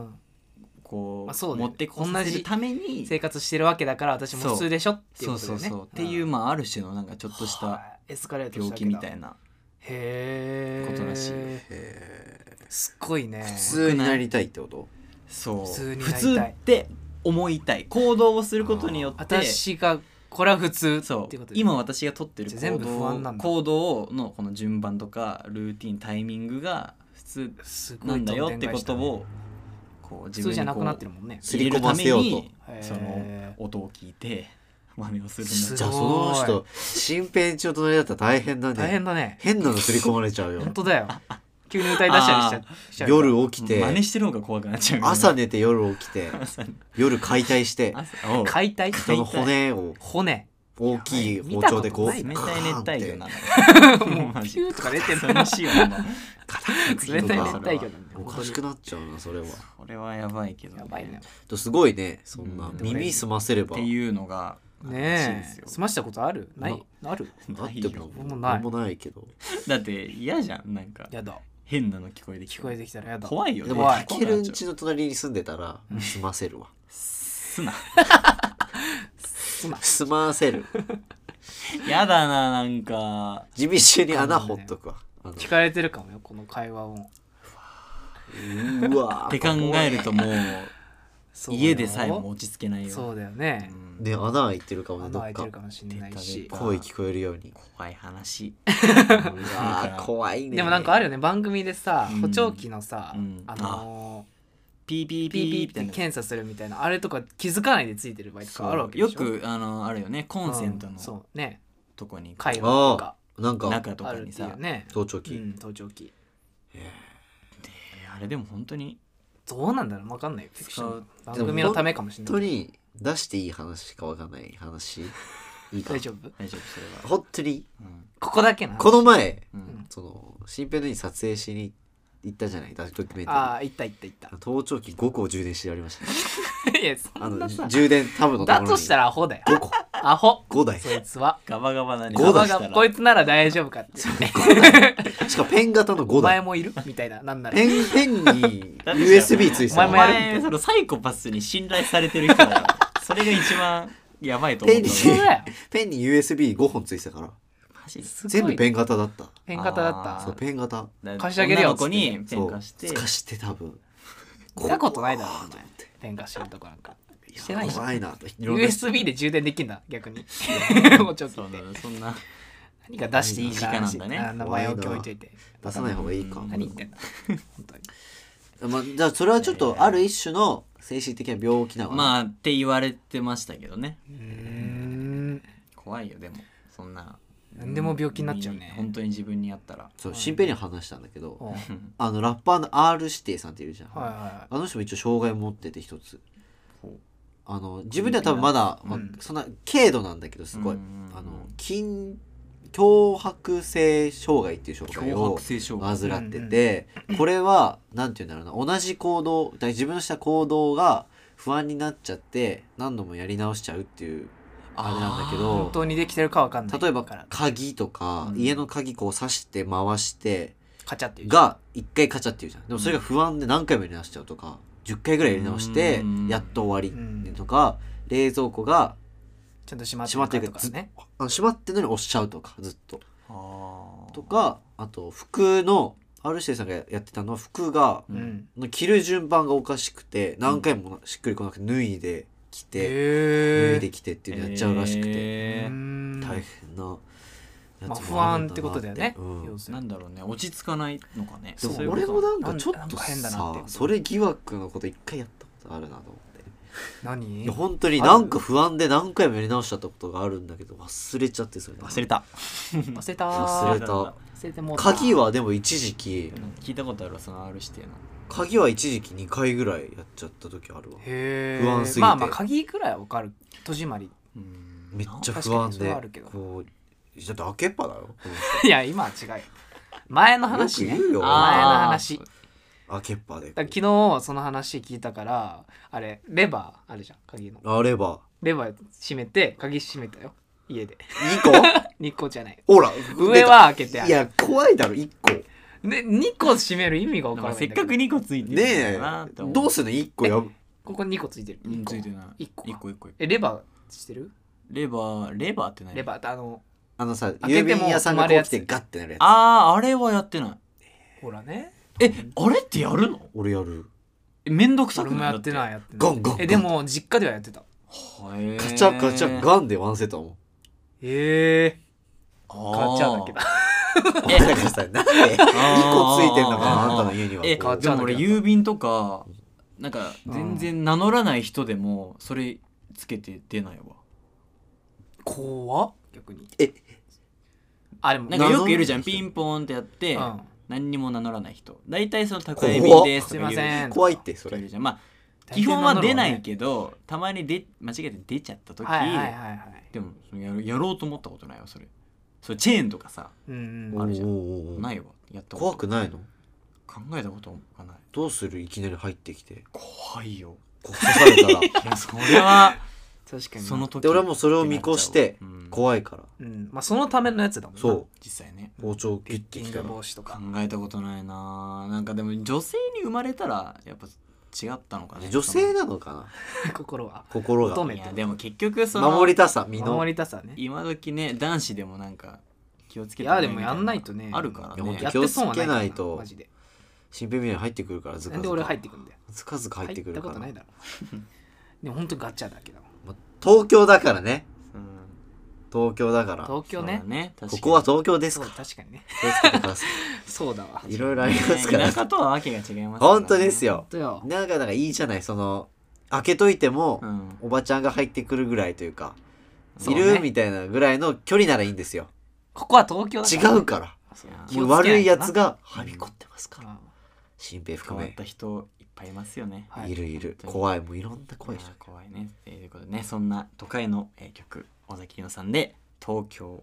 Speaker 1: こ
Speaker 3: まあ
Speaker 1: う
Speaker 3: そうだよね
Speaker 1: 持ってこさせるために
Speaker 3: 生活してるわけだから私も普通でしょっていう
Speaker 1: そう
Speaker 3: ことだ
Speaker 1: そ
Speaker 3: よ
Speaker 1: うそ
Speaker 3: ね
Speaker 1: うっていうまあある種のなんかちょっとした
Speaker 3: はいエスカレート
Speaker 1: 病
Speaker 3: したわけ
Speaker 1: 気
Speaker 3: だ
Speaker 1: みたいな
Speaker 3: へえ
Speaker 1: ことらしい
Speaker 3: すっごいね
Speaker 2: 普通になりたいってこと
Speaker 1: そう
Speaker 3: 普通になり
Speaker 1: 普
Speaker 3: たい
Speaker 1: 通って思いたい行動をすることによって
Speaker 3: 私がこれは普通
Speaker 1: そ
Speaker 3: っていう
Speaker 1: う
Speaker 3: ことだよね
Speaker 1: 今私が取ってる
Speaker 3: じゃあ全
Speaker 1: 行
Speaker 3: 部
Speaker 1: 動
Speaker 3: 不安な
Speaker 1: を
Speaker 3: んだ
Speaker 1: 行動のこの順番とかルーティンタイミングが普通
Speaker 3: すごい
Speaker 1: なんだよってこと
Speaker 3: どんでん返し
Speaker 1: をこう
Speaker 3: たね普
Speaker 1: 自分
Speaker 3: 通
Speaker 1: に
Speaker 3: じゃな
Speaker 1: こ
Speaker 3: く
Speaker 1: う
Speaker 3: なってるもんね
Speaker 2: すり込ませようと
Speaker 1: 入れるため
Speaker 3: へ
Speaker 1: に
Speaker 3: ー
Speaker 1: その音を聞いて真似をするん
Speaker 2: じ
Speaker 1: だ
Speaker 2: ゃあ
Speaker 1: よ
Speaker 3: す
Speaker 2: そ
Speaker 3: ご
Speaker 2: の
Speaker 3: い
Speaker 2: 人身辺地の隣だったら大変だね
Speaker 3: 大変だね
Speaker 2: 変なの刷り込まれちゃうよ
Speaker 3: 本当だよ急に歌い出したりしちゃしちゃうから
Speaker 2: 夜起きて
Speaker 1: 真似してる方が怖くなっちゃうよね
Speaker 2: 朝寝て夜起きて
Speaker 1: 朝に
Speaker 2: 夜解体して
Speaker 1: 朝おう
Speaker 3: 解体
Speaker 2: 人の骨を
Speaker 3: 骨
Speaker 2: 大きい包丁でこう
Speaker 3: やばい
Speaker 1: 冷たい熱帯魚な
Speaker 3: も
Speaker 1: の
Speaker 3: うピューとか出てる
Speaker 1: 寂しいよな
Speaker 2: ガ
Speaker 3: 冷
Speaker 2: タ
Speaker 3: たい
Speaker 2: ッ
Speaker 3: 熱
Speaker 2: と
Speaker 3: 帯魚なんだよ
Speaker 2: おかしくなっちゃうなそれは
Speaker 1: これはやばいけどね
Speaker 3: やばいね
Speaker 2: とすごいねそんな
Speaker 1: うん
Speaker 2: 耳澄ませれば
Speaker 1: っていうのが
Speaker 3: ね
Speaker 1: らしい
Speaker 3: え
Speaker 1: です
Speaker 3: 済
Speaker 1: よ
Speaker 3: ましたことあるないある
Speaker 2: あっ
Speaker 1: ない
Speaker 2: て
Speaker 1: よ
Speaker 2: も
Speaker 3: 僕もな
Speaker 2: ないんもないけど
Speaker 1: だって嫌じゃんなんか
Speaker 3: やだ
Speaker 1: 変なの聞こえてき
Speaker 3: 聞こえてきたらやだ
Speaker 1: 怖いよね
Speaker 2: でも
Speaker 3: 怖
Speaker 2: た
Speaker 3: い
Speaker 2: けるんちの隣に住んでたら済ませるわ
Speaker 1: すな
Speaker 2: 済ませる
Speaker 1: やだななんか
Speaker 2: 地道に穴掘っとくわあの
Speaker 3: 聞かれてるかもよこの会話を
Speaker 2: うわー
Speaker 1: って考えるともう
Speaker 3: そうよ
Speaker 1: 家でさえも落ち着けないよ
Speaker 3: そうだよね
Speaker 1: うん
Speaker 2: ね穴開いてるかもね
Speaker 3: 穴
Speaker 2: ど
Speaker 3: 開
Speaker 2: っ
Speaker 3: いて
Speaker 2: か
Speaker 3: るかもしれない
Speaker 1: 出
Speaker 3: した
Speaker 1: 出た
Speaker 2: 声聞こえるように
Speaker 1: 怖い 話
Speaker 2: うわー怖いね
Speaker 3: でもなんかあるよね番組でさ
Speaker 1: うん
Speaker 3: 補聴器のさ
Speaker 1: うん
Speaker 3: あの
Speaker 1: ピーピー
Speaker 3: ーピーピーっ
Speaker 1: み
Speaker 3: て
Speaker 1: たいな
Speaker 3: 検査するみたいなあれとか気づかないでついてる場合とかあるわけで
Speaker 1: よ
Speaker 3: しょ
Speaker 1: くあのあるよねコンセント
Speaker 3: うん
Speaker 1: の
Speaker 3: そうね
Speaker 1: とこに
Speaker 3: 会話とか
Speaker 2: なんか
Speaker 1: 中と
Speaker 3: あ
Speaker 1: か
Speaker 3: るっ
Speaker 1: に
Speaker 3: てい
Speaker 1: さ
Speaker 3: うね
Speaker 2: 盗聴
Speaker 3: う
Speaker 2: 器、
Speaker 3: ん盗聴器
Speaker 1: えーあれでも本当に
Speaker 3: どうなんだろうわかんないよフィクション
Speaker 2: う
Speaker 3: 番組のためかもしれ
Speaker 2: 本
Speaker 3: な
Speaker 2: 当
Speaker 3: い
Speaker 2: に出していい話かわかんない話いいか
Speaker 3: 大丈夫
Speaker 1: 大丈夫それは
Speaker 2: 本当に
Speaker 1: うん
Speaker 3: ここだけな
Speaker 2: この前
Speaker 1: うん
Speaker 2: その新編のに撮影しに行ったじゃないドキュメン
Speaker 3: あ
Speaker 2: タ
Speaker 3: あいったいったいった
Speaker 2: リー盗聴器5個を充電してやりました、ね、
Speaker 3: いや
Speaker 2: あ
Speaker 3: そん
Speaker 2: の
Speaker 3: なさ
Speaker 2: 充電タブのところ
Speaker 3: だ
Speaker 2: に
Speaker 3: としたらアホだよ
Speaker 2: 5個
Speaker 3: アホ
Speaker 2: 5台
Speaker 3: そいつは
Speaker 1: ガバガバだね
Speaker 2: ゴ
Speaker 1: ガバ
Speaker 2: ーダし
Speaker 1: ガ
Speaker 3: が
Speaker 1: バ
Speaker 3: こいつなら大丈夫かって
Speaker 2: しかもペン型の
Speaker 3: お
Speaker 2: 5
Speaker 3: 前
Speaker 2: 台
Speaker 3: もいるみたいななんなら
Speaker 2: ペン ペンに USB ついて
Speaker 1: お前
Speaker 2: た
Speaker 3: お
Speaker 1: も
Speaker 3: 前もやるみたい
Speaker 1: やるそのサイコパスに信頼されてる人だ よそれが一番やばいと思った
Speaker 2: ペンに
Speaker 3: そうだよ
Speaker 2: ペンに USB5 本ついてたから
Speaker 1: マジ
Speaker 3: すごい
Speaker 2: 全部ペン型だった
Speaker 3: ペン型だっ
Speaker 1: あー
Speaker 3: た
Speaker 2: そうペン型
Speaker 1: 貸
Speaker 3: 貸してあげるよ
Speaker 1: 女の子にペン
Speaker 2: そう
Speaker 1: 貸して
Speaker 2: 透かして多分
Speaker 3: 見たことないだろ
Speaker 2: うわー
Speaker 3: お
Speaker 2: と
Speaker 3: 前
Speaker 2: 思って
Speaker 3: 転化してるとこなんか
Speaker 2: いや
Speaker 3: してないし
Speaker 2: 怖いなといろんな
Speaker 3: USB で充電できんだ逆にもうちょっ
Speaker 1: そ
Speaker 3: と
Speaker 1: う
Speaker 3: で
Speaker 1: だねそんな
Speaker 3: 何か出していい
Speaker 1: 身
Speaker 3: か
Speaker 1: 近なんだね
Speaker 3: あ名前を置いといて
Speaker 2: 出さない方がいいか
Speaker 3: 何言ってんだ本当に
Speaker 2: まあ、じゃあそれはちょっとある一種の精神的な病気なのかな、
Speaker 1: まあって言われてましたけどね
Speaker 3: うーん
Speaker 1: 怖いよでもそんな
Speaker 3: 何でも病気になっちゃうね
Speaker 1: 本当に自分にやったら
Speaker 2: そう新平には話したんだけど、
Speaker 3: うんはい
Speaker 2: あのラッパーの R 指定さんっているじゃん、
Speaker 3: は
Speaker 2: あの人も一応障害持ってて一つ
Speaker 1: ほう
Speaker 2: あの自分では多分まだ、まあ
Speaker 3: うん
Speaker 2: そんな軽度なんだけどすごい、
Speaker 1: うん
Speaker 2: あの筋強迫性障害っていう障害
Speaker 1: 脅
Speaker 2: を
Speaker 1: 迫性障害
Speaker 2: 患ってて、これはなんて言うんだろうな同じ行動だから自分のした行動が不安になっちゃって何度もやり直しちゃうっていうあれなんだけ
Speaker 3: い
Speaker 2: ど
Speaker 3: 本当にできてるかわかんない
Speaker 2: 例えば
Speaker 3: から
Speaker 2: 鍵とか、
Speaker 1: うん
Speaker 2: 家の鍵こう刺して回して
Speaker 3: カチャっていう
Speaker 2: が一回カチャっていうじゃんでもそれが不安で何回もやり直しちゃうとか10回ぐらいやり直して
Speaker 1: うん
Speaker 2: やっと終わりとか冷蔵庫が
Speaker 3: ちゃんと閉まって
Speaker 2: 閉まって
Speaker 3: る
Speaker 2: る
Speaker 3: か
Speaker 2: け
Speaker 3: と
Speaker 2: ど
Speaker 3: か
Speaker 2: ず
Speaker 3: ね
Speaker 2: あ閉まってんのに押しちゃうとかずっと
Speaker 1: あー
Speaker 2: とかあと服の R− 指定さんがやってたのは服が
Speaker 1: う
Speaker 3: うんん
Speaker 2: 着る順番がおかしくて何回もしっくりこなくて脱いで着て脱
Speaker 3: へ
Speaker 2: いで着てっていうのやっちゃうらしくて
Speaker 1: え
Speaker 3: え
Speaker 1: ー
Speaker 2: 大変なやつ
Speaker 3: まあ不
Speaker 2: もあるん
Speaker 3: 安っ
Speaker 2: な
Speaker 3: てことだよね
Speaker 2: うん
Speaker 3: 要する
Speaker 1: な
Speaker 3: に
Speaker 1: んだろうね落ち着かないのかね
Speaker 2: で
Speaker 1: そうい
Speaker 2: も
Speaker 1: うこ
Speaker 2: 俺
Speaker 1: と
Speaker 2: もなんかちょっと
Speaker 3: なんか変だなってい
Speaker 2: さ
Speaker 3: う
Speaker 2: それ疑惑のこと一回やったことあるなと思ってい
Speaker 3: 何
Speaker 2: や本当になんか不安で何回もやり直したってことがあるんだけど忘れちゃってそれ
Speaker 1: 忘れた
Speaker 3: 忘れた
Speaker 2: 忘れ
Speaker 3: ー
Speaker 2: た
Speaker 1: 忘
Speaker 3: 忘れてもうた
Speaker 2: 鍵はでも一時期
Speaker 1: 聞いたことあるわその R 指定の
Speaker 2: 鍵は一時期2回ぐらいやっちゃった時あるわ
Speaker 3: へ
Speaker 2: 不安すぎて
Speaker 3: えまあまあ鍵くらいはわかる戸締まり
Speaker 1: うん
Speaker 2: めっちゃ
Speaker 3: 確
Speaker 2: 不
Speaker 3: か
Speaker 2: 安
Speaker 3: にそれ
Speaker 2: で
Speaker 3: はあるけど
Speaker 2: こうだって開けっぱだよこの人
Speaker 3: いや今は違うよ前の話
Speaker 2: よ
Speaker 3: ね
Speaker 2: く言うよ
Speaker 3: 前の
Speaker 1: あ
Speaker 3: 話
Speaker 1: ー
Speaker 2: 開けっぱで
Speaker 3: だから昨日その話聞いたからあれレバーあるじゃん鍵の
Speaker 2: あれば
Speaker 3: レバー閉めて鍵閉めたよ家で
Speaker 2: 2個
Speaker 3: 2個じゃない
Speaker 2: ほら
Speaker 3: 上は開けてあ
Speaker 2: い
Speaker 3: る
Speaker 2: や怖いだろ1個
Speaker 3: で2個閉める意味が分からないんだ
Speaker 1: せっ
Speaker 3: けど
Speaker 1: かく2個ついて
Speaker 2: ね
Speaker 1: る
Speaker 2: え
Speaker 1: んだなって思
Speaker 2: どうすんの1個やぶ
Speaker 3: ここに2個ついてる
Speaker 1: うん
Speaker 3: 一個
Speaker 1: ついてない
Speaker 3: 一個
Speaker 1: 一個一個
Speaker 3: えレバーしてる
Speaker 1: レバーレバーって何
Speaker 3: レバーってあの
Speaker 2: あのさ
Speaker 3: け
Speaker 2: 郵
Speaker 3: ても
Speaker 2: 便屋さんがこう来てガッてなるやつ
Speaker 1: あああれはやってない
Speaker 3: ほらね
Speaker 1: えあれってやるの
Speaker 2: 俺やる
Speaker 1: えめんどくさ
Speaker 3: それ
Speaker 1: く
Speaker 3: も
Speaker 1: ない
Speaker 3: やってない
Speaker 1: い
Speaker 3: やってな
Speaker 2: ガ
Speaker 3: い
Speaker 2: ンガンガン
Speaker 3: えでも実家ではやってた
Speaker 2: ガチャガチャガンでワンセットだもん
Speaker 3: ええ
Speaker 1: ガ
Speaker 3: ガチャだけど
Speaker 1: え
Speaker 2: だからさ、なんで2個ついてんのかな、
Speaker 1: あー
Speaker 2: あんたの家には。
Speaker 1: え
Speaker 2: こう
Speaker 3: ガチ
Speaker 1: で
Speaker 3: ャだけど
Speaker 1: も俺郵便とかなんか全然名乗らない人でもそれつけて出ないわ
Speaker 3: 怖っ逆に
Speaker 2: え
Speaker 3: あでも
Speaker 1: なんかよくいるじゃん
Speaker 2: 名乗らない
Speaker 1: ピ
Speaker 2: 人
Speaker 1: ンポンってやって
Speaker 3: うん
Speaker 1: 何にも名乗らない人大体その宅配
Speaker 2: 怖
Speaker 1: 便で
Speaker 2: っ
Speaker 1: すと
Speaker 3: すい
Speaker 1: か
Speaker 3: ま
Speaker 1: 言う
Speaker 3: せん
Speaker 2: 怖いって、そ
Speaker 1: 人い
Speaker 2: れ
Speaker 1: る。じゃんまあ基本は出ないけど、たまにで間違えて出ちゃった時、
Speaker 3: はいはいはいはい
Speaker 1: でもそのやるやろうと思ったことないわそれそれチェーンとかさ
Speaker 3: うん
Speaker 1: あるじゃん
Speaker 2: おうおうおう
Speaker 1: ないわやったこと
Speaker 2: 怖くないの
Speaker 1: 考えたことがない
Speaker 2: どうするいきなり入ってきて。
Speaker 1: 怖いよ
Speaker 2: こう刺された ら。
Speaker 1: いやそれは
Speaker 3: 確かにな
Speaker 1: その時
Speaker 2: で、俺はもうそれを見越して
Speaker 1: う、ん
Speaker 2: 怖いから。
Speaker 3: うんまあそのためのやつだもんな
Speaker 2: そ
Speaker 1: 実際ね
Speaker 2: う、包丁切
Speaker 3: ピ
Speaker 2: っ
Speaker 3: ッ
Speaker 2: て
Speaker 3: キ
Speaker 2: き
Speaker 3: ン
Speaker 2: た
Speaker 3: グ
Speaker 2: ら。
Speaker 3: 防止と
Speaker 1: 考
Speaker 3: か
Speaker 1: えたことないななんかでも女性に生まれたらやっぱ違ったのかね
Speaker 2: 女性なのかな
Speaker 3: 心は
Speaker 2: 心
Speaker 3: 乙
Speaker 2: が。
Speaker 3: 女
Speaker 1: いやでも結局その
Speaker 2: 守りたさ、身の。
Speaker 3: 守りたさねい
Speaker 1: 今時ね男子でもなんか気をつけて
Speaker 3: やでもやんないとね
Speaker 1: あるから
Speaker 2: いやほん
Speaker 1: ね
Speaker 2: と
Speaker 3: やって損はないから
Speaker 2: 気をつけないと
Speaker 3: マジで
Speaker 2: 新平みたいに入ってくるから、ず
Speaker 3: な
Speaker 2: か
Speaker 3: んで
Speaker 2: ず
Speaker 3: 俺入っ
Speaker 2: か。
Speaker 3: てくんだよ
Speaker 2: ずかずか入
Speaker 3: 入
Speaker 2: って
Speaker 3: っ
Speaker 2: くる
Speaker 3: た
Speaker 2: か
Speaker 3: こと
Speaker 2: ら
Speaker 3: な。いだろでもほんとガチャだけど
Speaker 2: ま東京だからね。
Speaker 1: うん
Speaker 2: 東京だから。こ
Speaker 3: 東京ね
Speaker 1: そうだね確かに
Speaker 2: こは東京です
Speaker 3: そう
Speaker 2: から。
Speaker 3: 確かにね
Speaker 2: 気をつけてくださ
Speaker 3: そうだわ
Speaker 2: い。いろいろありますか
Speaker 1: ね
Speaker 2: ら
Speaker 1: 田。舎とはわけが違いますからね
Speaker 2: 本当です
Speaker 3: ほ
Speaker 2: よ
Speaker 3: ん。とよ
Speaker 2: なんかなんかいいじゃないその開けといても、
Speaker 1: うん
Speaker 2: おばちゃんが入ってくるぐらいというか
Speaker 3: そう
Speaker 2: い
Speaker 3: ね
Speaker 2: るみたいなぐらいの距離ならいいんですよ
Speaker 3: ここは東京だ
Speaker 2: 違
Speaker 3: から
Speaker 2: うから
Speaker 3: そう
Speaker 1: 気
Speaker 2: もう悪いやつ
Speaker 3: 気をつけなとな
Speaker 2: がはびこってますから
Speaker 3: あ
Speaker 2: 新兵
Speaker 1: 変
Speaker 2: 含
Speaker 1: わっ
Speaker 2: め
Speaker 1: た人いっぱいいますよね
Speaker 3: あはい
Speaker 2: いるい
Speaker 1: 本
Speaker 2: る
Speaker 1: 当に
Speaker 2: 怖いもういろんな怖い
Speaker 1: い
Speaker 2: 人
Speaker 1: や怖いねえーということでねそんな都会の、えー曲尾崎優乃さんで「東京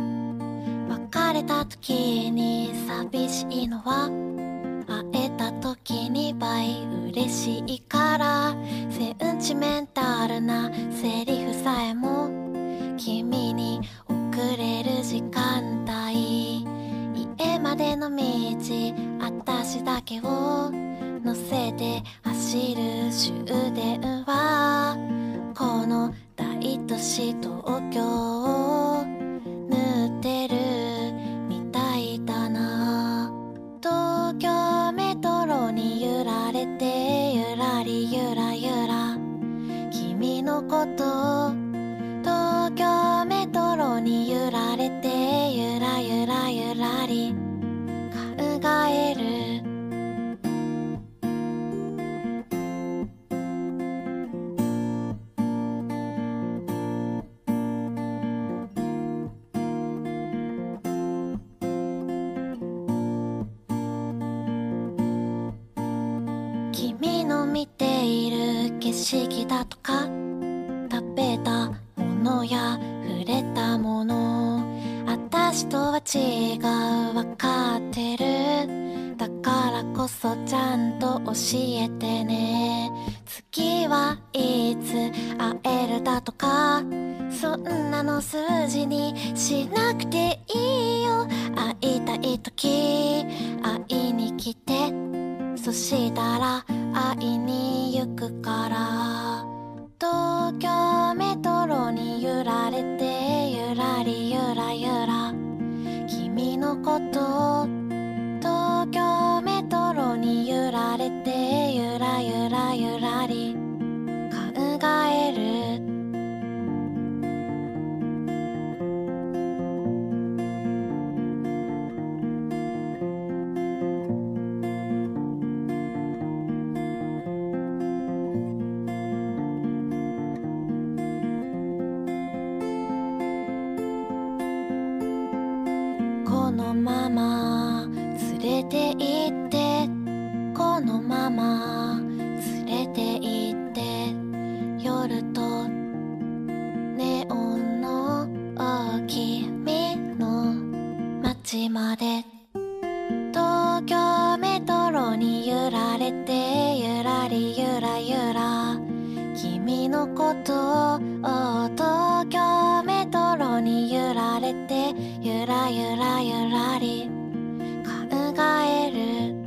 Speaker 4: 別れた時に寂しいのは会えた時に倍嬉しいからセンチメンタルなセリフさえも君に遅れる時間帯家までの道私だけを乗せて走る終電はこの大都市東京を縫ってるみたいだな東京メトロに揺られてゆらりゆらゆら君のこと東京メトロに揺られてゆらゆらゆらり考える君の見ている景色だとか食べたものや触れたもの私とは違うわかってるだからこそちゃんと教えてね次はいつ会えるだとかそんなの数字にしなくていいよ会いたい時会いに来てそしたら会いに行くから東京メトロに揺られてゆらりゆらゆら君のこと東京メトロに揺られてゆらゆらゆらり考えるこのまま連れて行ってこのまま連れて行って夜とネオンの大きみの街まで東京メトロに揺られてゆらりゆらゆら君のことを東京メトロに揺られてゆらゆらゆらり考える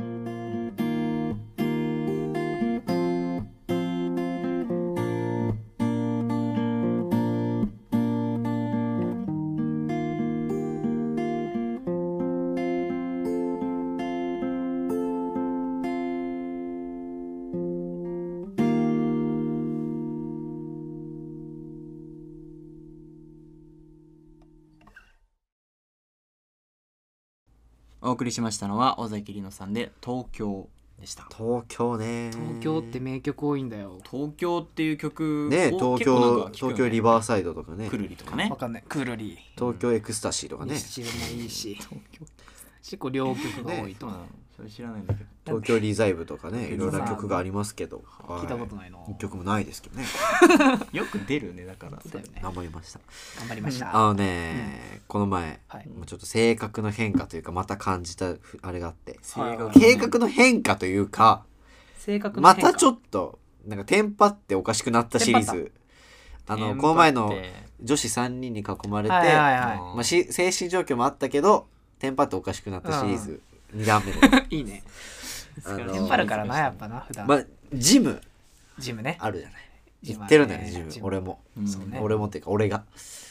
Speaker 1: お送りしましたのは尾崎里乃さんで東京でした
Speaker 2: 東京ね
Speaker 3: 東京って名曲多いんだよ
Speaker 1: 東京っていう曲を
Speaker 2: ね東
Speaker 1: 結構なん
Speaker 2: 京
Speaker 1: か聞くよね
Speaker 2: 東京リバーサイドとかね
Speaker 1: くるりとかね
Speaker 3: わかんないくるり
Speaker 2: 東京エクスタシーとかね
Speaker 3: 西中もいいし結構両曲が多いと
Speaker 1: そうなのそれ知らないんだけど
Speaker 2: 東京リザイブとかねいろんな
Speaker 3: さ
Speaker 2: 曲がありますけど
Speaker 3: 聞いたことないいの
Speaker 2: 一曲もないですけどね
Speaker 1: よく出るねだから
Speaker 3: だよね
Speaker 2: 頑張りました
Speaker 3: 頑張りました
Speaker 2: あのねこの前
Speaker 3: はい
Speaker 2: もうちょっと性格の変化というかまた感じたふあれがあって
Speaker 1: 性格
Speaker 2: 計画の変化というか
Speaker 3: 性格の
Speaker 2: ま
Speaker 3: 変化
Speaker 2: たちょっとなんかテンパっておかしくなったシリーズあのこの前の女子3人に囲まれて
Speaker 3: はいはいはい
Speaker 2: まあ、し精神状況もあったけどテンパっておかしくなったシリーズ2段目の、
Speaker 3: いいね
Speaker 2: あの
Speaker 3: テンパるからなやっぱな普段、
Speaker 2: まあ、ジム
Speaker 3: ジムね
Speaker 2: あるじゃない
Speaker 3: ジム
Speaker 2: 行
Speaker 3: あ
Speaker 2: ってる
Speaker 3: るね
Speaker 2: んだよねジム
Speaker 3: ジム
Speaker 2: 俺も、
Speaker 3: そうね
Speaker 2: 俺もっていうか俺が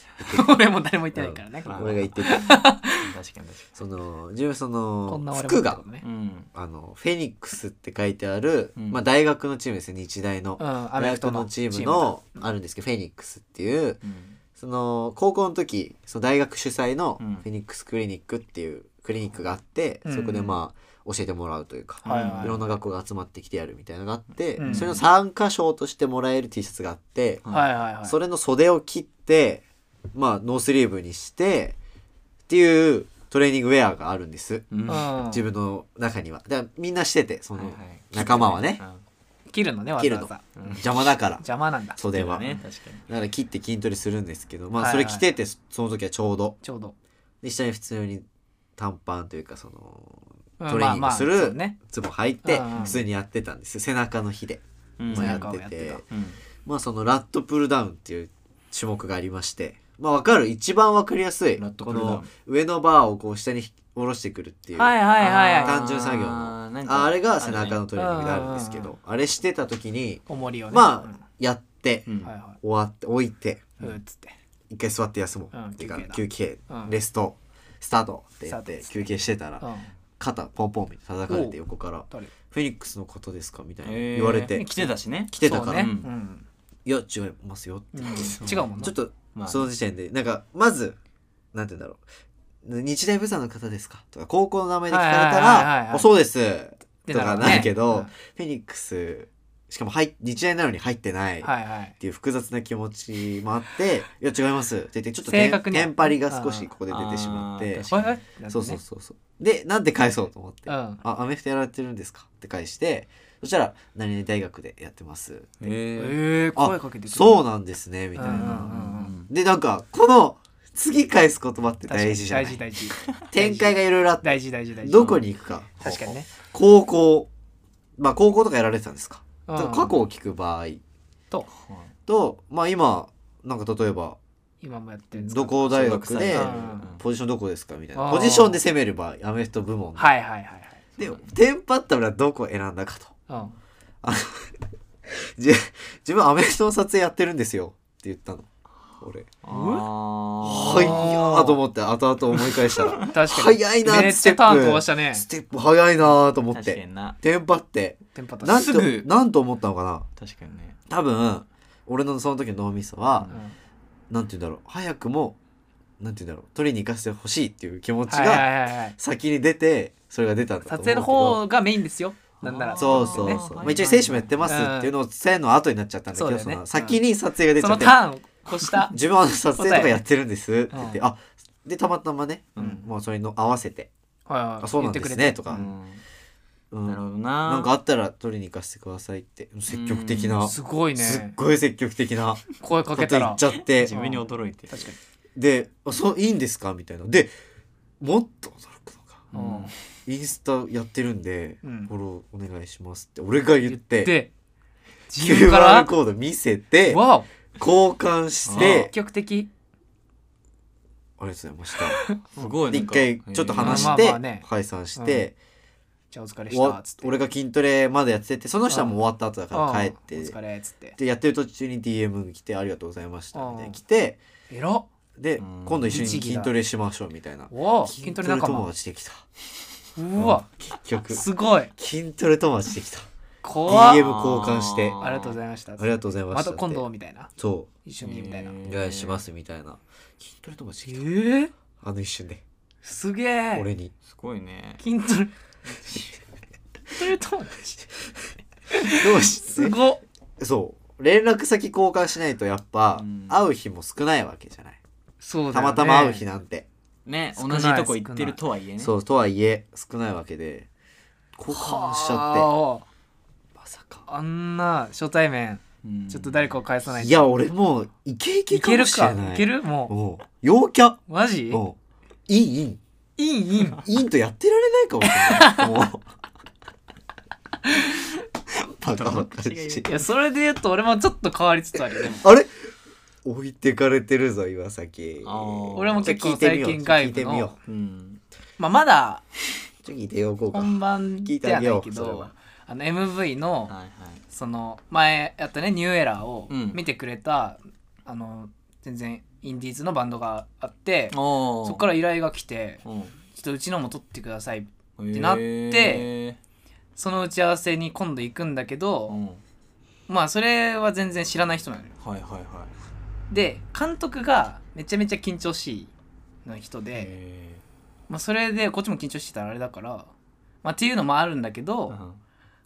Speaker 3: 俺も誰も言ってないからね、
Speaker 1: うん
Speaker 2: 俺が行ってて
Speaker 1: 確かに確か
Speaker 2: そのジムそ
Speaker 3: こ
Speaker 2: の
Speaker 3: んな俺も
Speaker 2: 服が
Speaker 3: ね
Speaker 1: にうん
Speaker 2: あのフェニックスって書いてある、
Speaker 1: うん
Speaker 2: まあ、大学のチームですね日大の、
Speaker 3: うんアメ
Speaker 2: 大
Speaker 3: フト
Speaker 2: 学
Speaker 3: の
Speaker 2: のチーム
Speaker 3: だ
Speaker 2: のあるんですけど、フェニックスっていう
Speaker 1: うん
Speaker 2: その高校の時その大学主催の
Speaker 1: うん
Speaker 2: フェニックスクリニックっていうクリニックがあって、
Speaker 3: うん
Speaker 2: そこでまあ教えてもらうというか、
Speaker 3: はいはい
Speaker 2: いろんな学校が集まってきてやるみたいなのがあって、
Speaker 3: うん
Speaker 2: それの参加賞としてもらえる T シャツがあって、
Speaker 3: はいはいはい
Speaker 2: それの袖を切ってまあノースリーブにしてっていうトレーニングウェアがあるんです、
Speaker 1: うんは
Speaker 3: うん、
Speaker 2: 自分の中にはだからみんなしててそ
Speaker 1: いは
Speaker 2: の
Speaker 1: い
Speaker 2: 仲間はね、
Speaker 3: 切るのねわ
Speaker 2: 切
Speaker 3: ざ
Speaker 2: る
Speaker 3: わ
Speaker 2: の
Speaker 3: ざ
Speaker 1: うん
Speaker 2: 邪魔だから
Speaker 3: 邪魔なんだ
Speaker 1: うん
Speaker 2: 袖は、
Speaker 1: ね確かに
Speaker 2: だから切って筋トレするんですけどまあ
Speaker 3: はい
Speaker 2: そ
Speaker 3: はい
Speaker 2: れ着ててその時はちょうど
Speaker 3: ちょうど、
Speaker 2: で下に普通に短パンというかその
Speaker 3: うん
Speaker 2: トレーニングする
Speaker 3: まあまあそうね
Speaker 2: ズボン履いて
Speaker 3: うんうん
Speaker 2: 普通にやってたんですよ背中の日で、
Speaker 1: うん
Speaker 2: まあ、や
Speaker 3: 背中を
Speaker 2: って
Speaker 3: やって
Speaker 2: て
Speaker 3: た
Speaker 1: うん
Speaker 2: まあそのラットプルダウンっていう種目がありましてまあわかる一番わかりやすい
Speaker 1: ラット
Speaker 2: こ
Speaker 1: プルダウン
Speaker 2: の上のバーをこう下に下ろしてくるっていう、
Speaker 3: はいはいはいはい
Speaker 2: あ単純作業の
Speaker 1: あーなんか
Speaker 2: ああれが背中のトレーニングであるんですけ
Speaker 3: あ
Speaker 2: どあれしてた時に
Speaker 3: 重りをね
Speaker 2: まあやって、
Speaker 1: うん
Speaker 3: うんはいは
Speaker 2: 終わって置いて
Speaker 3: いうんつって
Speaker 2: 一回座って休もう、
Speaker 3: うん
Speaker 2: っていうか休
Speaker 3: 休
Speaker 2: 憩、
Speaker 3: うん
Speaker 2: レストスタートってやっ
Speaker 3: スタート
Speaker 2: て
Speaker 3: ですね
Speaker 2: 休憩してたら、
Speaker 3: うん
Speaker 2: 肩ポンポンみたいに叩かれて横から
Speaker 3: 誰
Speaker 2: 「フェニックスのことですか?」みたいな
Speaker 1: えー
Speaker 2: 言われて、
Speaker 1: 来てたしね
Speaker 2: 来てたから、
Speaker 3: そうね
Speaker 1: う
Speaker 3: うん
Speaker 2: いや違いますよって、
Speaker 3: うん違うもんな
Speaker 2: ちょっと
Speaker 1: まあ
Speaker 2: その時点でなんかまずなんて言うんだろう日大武産の方ですかとか高校の名前で聞かれた
Speaker 3: はいはいはいはい
Speaker 2: ら「おそうです」
Speaker 3: て
Speaker 2: と
Speaker 3: なら
Speaker 2: か
Speaker 3: ね
Speaker 2: なるけど、
Speaker 3: うん
Speaker 2: フェニックスしかも入っ日大なのに入ってない、
Speaker 3: はいはい
Speaker 2: っていう複雑な気持ちもあって「いや違います」って言ってちょっと
Speaker 3: 正
Speaker 2: テ
Speaker 3: 確
Speaker 2: ン
Speaker 3: に
Speaker 2: テンパりが少しここで出てしまっ
Speaker 1: あ
Speaker 2: て
Speaker 1: ー確か
Speaker 3: はいはいなんかね
Speaker 2: そうそうそうそうでなんで返そうと思って「
Speaker 3: うん
Speaker 2: あアメフトやられてるんですか?」って返してそしたら「何々大学でやってます」
Speaker 1: えー
Speaker 3: えー声かけてくる
Speaker 2: そうなんですね」みたい
Speaker 3: うんうん
Speaker 2: な。
Speaker 3: うんうん
Speaker 2: でなんかこの次返す言葉って
Speaker 3: 確かに
Speaker 2: 大事じゃな
Speaker 3: 大事
Speaker 2: い
Speaker 3: 大事
Speaker 2: 展開がいろいろあって
Speaker 3: 大事大事大事
Speaker 2: どこに行くか
Speaker 3: 確かにね
Speaker 2: 高校まあ高校とかやられてたんですか
Speaker 3: うん
Speaker 2: だから過去を聞く場合
Speaker 3: と
Speaker 2: とまあ今なんか例えば
Speaker 3: 今もやってるんですか
Speaker 2: どこ大学で
Speaker 3: うん
Speaker 2: ポジションどこですかみたいな
Speaker 3: あー
Speaker 2: ポジションで攻めればアメフト部門で,、
Speaker 3: はいはいはいはい
Speaker 2: でテンパったらどこ選んだかと
Speaker 3: うん
Speaker 2: じ自分アメフトの撮影やってるんですよって言ったの俺
Speaker 1: は
Speaker 2: はいやーと思って後々思い返した ら
Speaker 3: 確かに
Speaker 2: 早いな
Speaker 3: めっ
Speaker 2: ス
Speaker 3: ち
Speaker 2: テ
Speaker 3: ゃ
Speaker 2: ップ
Speaker 3: ターン飛ばしたね
Speaker 2: ステップ早いなーと思っ
Speaker 1: 確か
Speaker 2: て
Speaker 1: にな
Speaker 2: テンパって
Speaker 3: テンパった
Speaker 2: なん
Speaker 3: し
Speaker 1: す
Speaker 2: と
Speaker 1: ぐ
Speaker 2: なんと思ったのかな
Speaker 1: 確かにね
Speaker 2: 多分俺のその時の脳みそは
Speaker 3: う、ん
Speaker 2: なんて言うんだろう早くもなんて言うんだろう取りに行かせてほしいっていう気持ち
Speaker 3: はいは
Speaker 2: が
Speaker 3: いはいはい
Speaker 2: 先に出てそれが出たんだと
Speaker 3: 撮
Speaker 2: 思う
Speaker 3: 影の方がメインですよなんなら
Speaker 2: そうそう
Speaker 3: ね
Speaker 2: そう、
Speaker 1: ね
Speaker 2: まあ、一応選手もやってますっていうのをせんの後になっちゃったんだけ
Speaker 3: そう
Speaker 2: ど
Speaker 3: だよ
Speaker 2: そ
Speaker 3: ね
Speaker 2: の先に撮影が出ち
Speaker 3: そ
Speaker 2: ゃ
Speaker 3: の
Speaker 2: っ
Speaker 3: タ
Speaker 2: て
Speaker 3: ーンを越した
Speaker 2: 自分は撮影とかやってるんですって言って、
Speaker 3: うん
Speaker 2: あでたまたまね、
Speaker 1: うん
Speaker 2: もうそれの合わせて
Speaker 3: はい
Speaker 2: 「
Speaker 3: は
Speaker 2: あ
Speaker 3: い
Speaker 2: そうなんですね」と
Speaker 1: う
Speaker 2: か、
Speaker 1: ん
Speaker 2: うん
Speaker 1: なるほどな
Speaker 2: なんかあったら取りに行かせてくださいって積極的
Speaker 1: う
Speaker 2: な、
Speaker 1: ん
Speaker 2: す
Speaker 3: すごい
Speaker 2: っ
Speaker 3: ね
Speaker 2: ごい積極的な
Speaker 3: 声
Speaker 2: こ
Speaker 3: かけ
Speaker 2: と言
Speaker 3: たら
Speaker 2: っちゃって
Speaker 1: 自分に驚いて
Speaker 3: 確か
Speaker 2: で「あそういいんですか?」みたいなでもっと驚くのが
Speaker 3: にうん
Speaker 2: 「インスタやってるんで、
Speaker 3: うん
Speaker 2: フォローお願いします」って俺が言って
Speaker 3: で自由から
Speaker 2: QR コード見せて
Speaker 3: わお
Speaker 2: 交換して
Speaker 3: 積極的
Speaker 2: ありがとうございました。
Speaker 1: すごい
Speaker 2: で
Speaker 1: なん
Speaker 2: 一
Speaker 1: か
Speaker 2: 回ちょっと話し
Speaker 3: まあまあ
Speaker 2: て
Speaker 3: まあね
Speaker 2: 解散して、
Speaker 3: じゃあお疲れし
Speaker 2: 終わ
Speaker 3: たっつって
Speaker 2: 俺が筋トレまでやっててその人はもう終わった後だから帰っ
Speaker 3: うんお
Speaker 2: て
Speaker 3: 疲れっつって
Speaker 2: でやってる途中に DM 来て「ありがとうございました」みたい
Speaker 3: う
Speaker 2: な
Speaker 3: ん
Speaker 2: 来て
Speaker 3: えらお
Speaker 2: で
Speaker 1: うん
Speaker 2: 今度一緒に筋トレしましょうみたいな
Speaker 3: お筋トレ仲
Speaker 2: 友
Speaker 3: 間
Speaker 2: 達できた
Speaker 3: うわ
Speaker 2: 結局
Speaker 3: すごい
Speaker 2: 筋トレ友達できた
Speaker 3: 怖
Speaker 2: DM
Speaker 3: っ
Speaker 2: 交換して
Speaker 1: あ
Speaker 2: 「
Speaker 3: ありがとうございました
Speaker 2: ありがとうございま
Speaker 3: ま
Speaker 2: した」
Speaker 3: た
Speaker 2: って
Speaker 3: 今度みたいな
Speaker 2: そ
Speaker 3: 一緒にみたいな
Speaker 1: え
Speaker 2: う
Speaker 1: ー
Speaker 2: お願いしますみたいな筋トレ友達
Speaker 3: え
Speaker 2: でき
Speaker 3: ー
Speaker 2: たあの一瞬です
Speaker 3: げえ
Speaker 2: 俺に
Speaker 1: すごいね
Speaker 3: 筋トレ筋トレ友達
Speaker 2: どうし
Speaker 3: すごっ
Speaker 2: そう連絡先交換しないとやっぱ
Speaker 1: うん
Speaker 2: 会う日も少ないわけじゃない、
Speaker 3: そうだ
Speaker 2: た
Speaker 3: よね
Speaker 2: またま会う日なんて
Speaker 1: ね
Speaker 3: 少
Speaker 1: 同
Speaker 3: ない
Speaker 1: じとこ行ってるとはいえね
Speaker 2: そうとはいえ少ないわけで交換しちゃ
Speaker 3: は
Speaker 2: っ
Speaker 3: あ
Speaker 2: てまさか
Speaker 3: あんな初対面
Speaker 1: うん
Speaker 3: ちょっと誰かを返さない
Speaker 2: い
Speaker 3: と
Speaker 2: や俺もうイケイケ
Speaker 3: い
Speaker 2: か
Speaker 3: け
Speaker 2: も
Speaker 3: る
Speaker 2: しれ
Speaker 3: か
Speaker 2: ない
Speaker 3: いけるも
Speaker 2: おう陽キャ
Speaker 3: うマジ
Speaker 2: おういいいい
Speaker 3: いいい
Speaker 2: い
Speaker 3: い
Speaker 2: いとやってられないかもしれない もうバカバカしい
Speaker 3: いやそれで言うと俺もちょっと変わりつつあるよでも
Speaker 2: あれ置いてかれてるぞ岩崎
Speaker 1: あー
Speaker 3: 俺も結構
Speaker 2: ちょっと聞いてみよう
Speaker 3: 最近外
Speaker 2: 聞いて
Speaker 3: 部の
Speaker 2: みよ
Speaker 1: うん
Speaker 3: まあまだ
Speaker 2: うちょっと聞いておこうか
Speaker 3: 本番
Speaker 2: 聞い
Speaker 3: で
Speaker 2: てあ
Speaker 3: は
Speaker 2: げ
Speaker 3: ない
Speaker 2: よ
Speaker 3: け
Speaker 2: うそれ
Speaker 3: ど
Speaker 2: は
Speaker 3: あの MV の
Speaker 1: はいはい
Speaker 3: その前やったねニューエラーを
Speaker 1: うん
Speaker 3: 見てくれたあの全然インディーズのバンドがあって
Speaker 1: おー
Speaker 3: そっから依頼が来てちょ
Speaker 1: うん
Speaker 3: っとうちのも撮ってくださ
Speaker 1: へ
Speaker 3: い
Speaker 1: ー
Speaker 3: なってその打ち合わせに今度行くんだけど、
Speaker 1: うん
Speaker 3: まあそれは全然知らない人なのよ
Speaker 1: はいはいは
Speaker 3: で監督がめちゃめちゃ緊張しいの人
Speaker 1: い
Speaker 3: で、
Speaker 1: へ
Speaker 3: まあ、それでこっちも緊張してたらあれだから、まあ、っていうのもあるんだけど、
Speaker 1: ーうん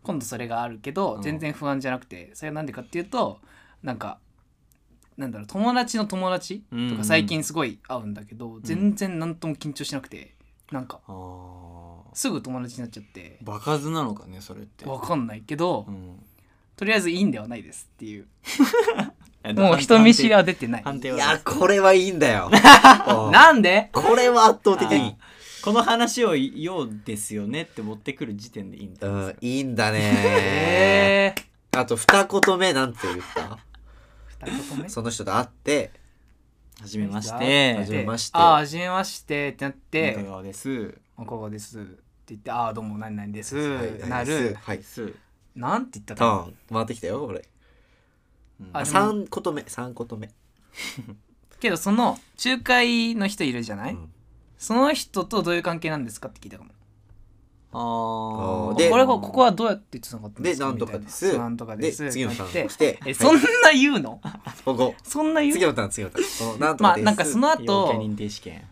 Speaker 3: 今度それがあるけど
Speaker 1: うん
Speaker 3: 全然不安じゃなくてそれはなんでかっていうとなんかなんだろう友達の友達
Speaker 1: うんう
Speaker 3: とか
Speaker 1: ん
Speaker 3: 最近すごい会うんだけど、全然何とも緊張しなくてなんか
Speaker 1: あー
Speaker 3: すぐ友達になっちゃって
Speaker 1: 場数なのかねそれって
Speaker 3: わかんないけど、
Speaker 1: うん
Speaker 3: とりあえずいいんではないですっていう
Speaker 1: え
Speaker 3: もう人見知りは出てない
Speaker 1: 判定
Speaker 2: い
Speaker 1: は
Speaker 2: やこれはいいんだ よおう
Speaker 3: なんで
Speaker 2: これは圧倒的に
Speaker 1: この話をいようですよねって持ってくる時点でいいんだ
Speaker 2: うんいいんだね
Speaker 3: ええ
Speaker 2: あと二言目なんて言った
Speaker 3: ー、二言目
Speaker 2: その人と会って
Speaker 1: はじめまして
Speaker 2: はじめまして
Speaker 3: ああ、はじめましてってなっ
Speaker 1: 中
Speaker 3: て、
Speaker 1: 川です
Speaker 3: おこがですって言って、ああ、どうも、何々です、
Speaker 2: はい
Speaker 3: な
Speaker 2: ナイス
Speaker 3: る、
Speaker 2: はい
Speaker 1: す
Speaker 3: なんて言った
Speaker 2: タ
Speaker 3: か
Speaker 2: ーン回ってきたよ俺
Speaker 3: な。あでも
Speaker 2: 3こと目3こと目
Speaker 3: けど、その、仲介の人いるじゃない、
Speaker 2: うん
Speaker 3: その人とどういう関係なんですかって聞いたかも。
Speaker 1: あ
Speaker 2: あ
Speaker 1: あ
Speaker 2: で
Speaker 3: これこここはどうやってつながったんで
Speaker 2: です
Speaker 3: か
Speaker 2: 何
Speaker 3: みた
Speaker 2: と
Speaker 3: いな
Speaker 2: かです
Speaker 3: なんとかです。
Speaker 2: 次のタ
Speaker 3: っ
Speaker 2: ー
Speaker 3: てな
Speaker 2: ン
Speaker 3: っ
Speaker 2: してて
Speaker 3: え、そん
Speaker 2: はい
Speaker 3: な言うの
Speaker 2: ここ
Speaker 3: そんな言う
Speaker 2: 次のターン次のターンそのなんと
Speaker 3: ま
Speaker 2: か
Speaker 3: あ
Speaker 2: です
Speaker 3: なんか
Speaker 1: 陽
Speaker 3: その
Speaker 1: キャ
Speaker 3: 後
Speaker 1: 認定試験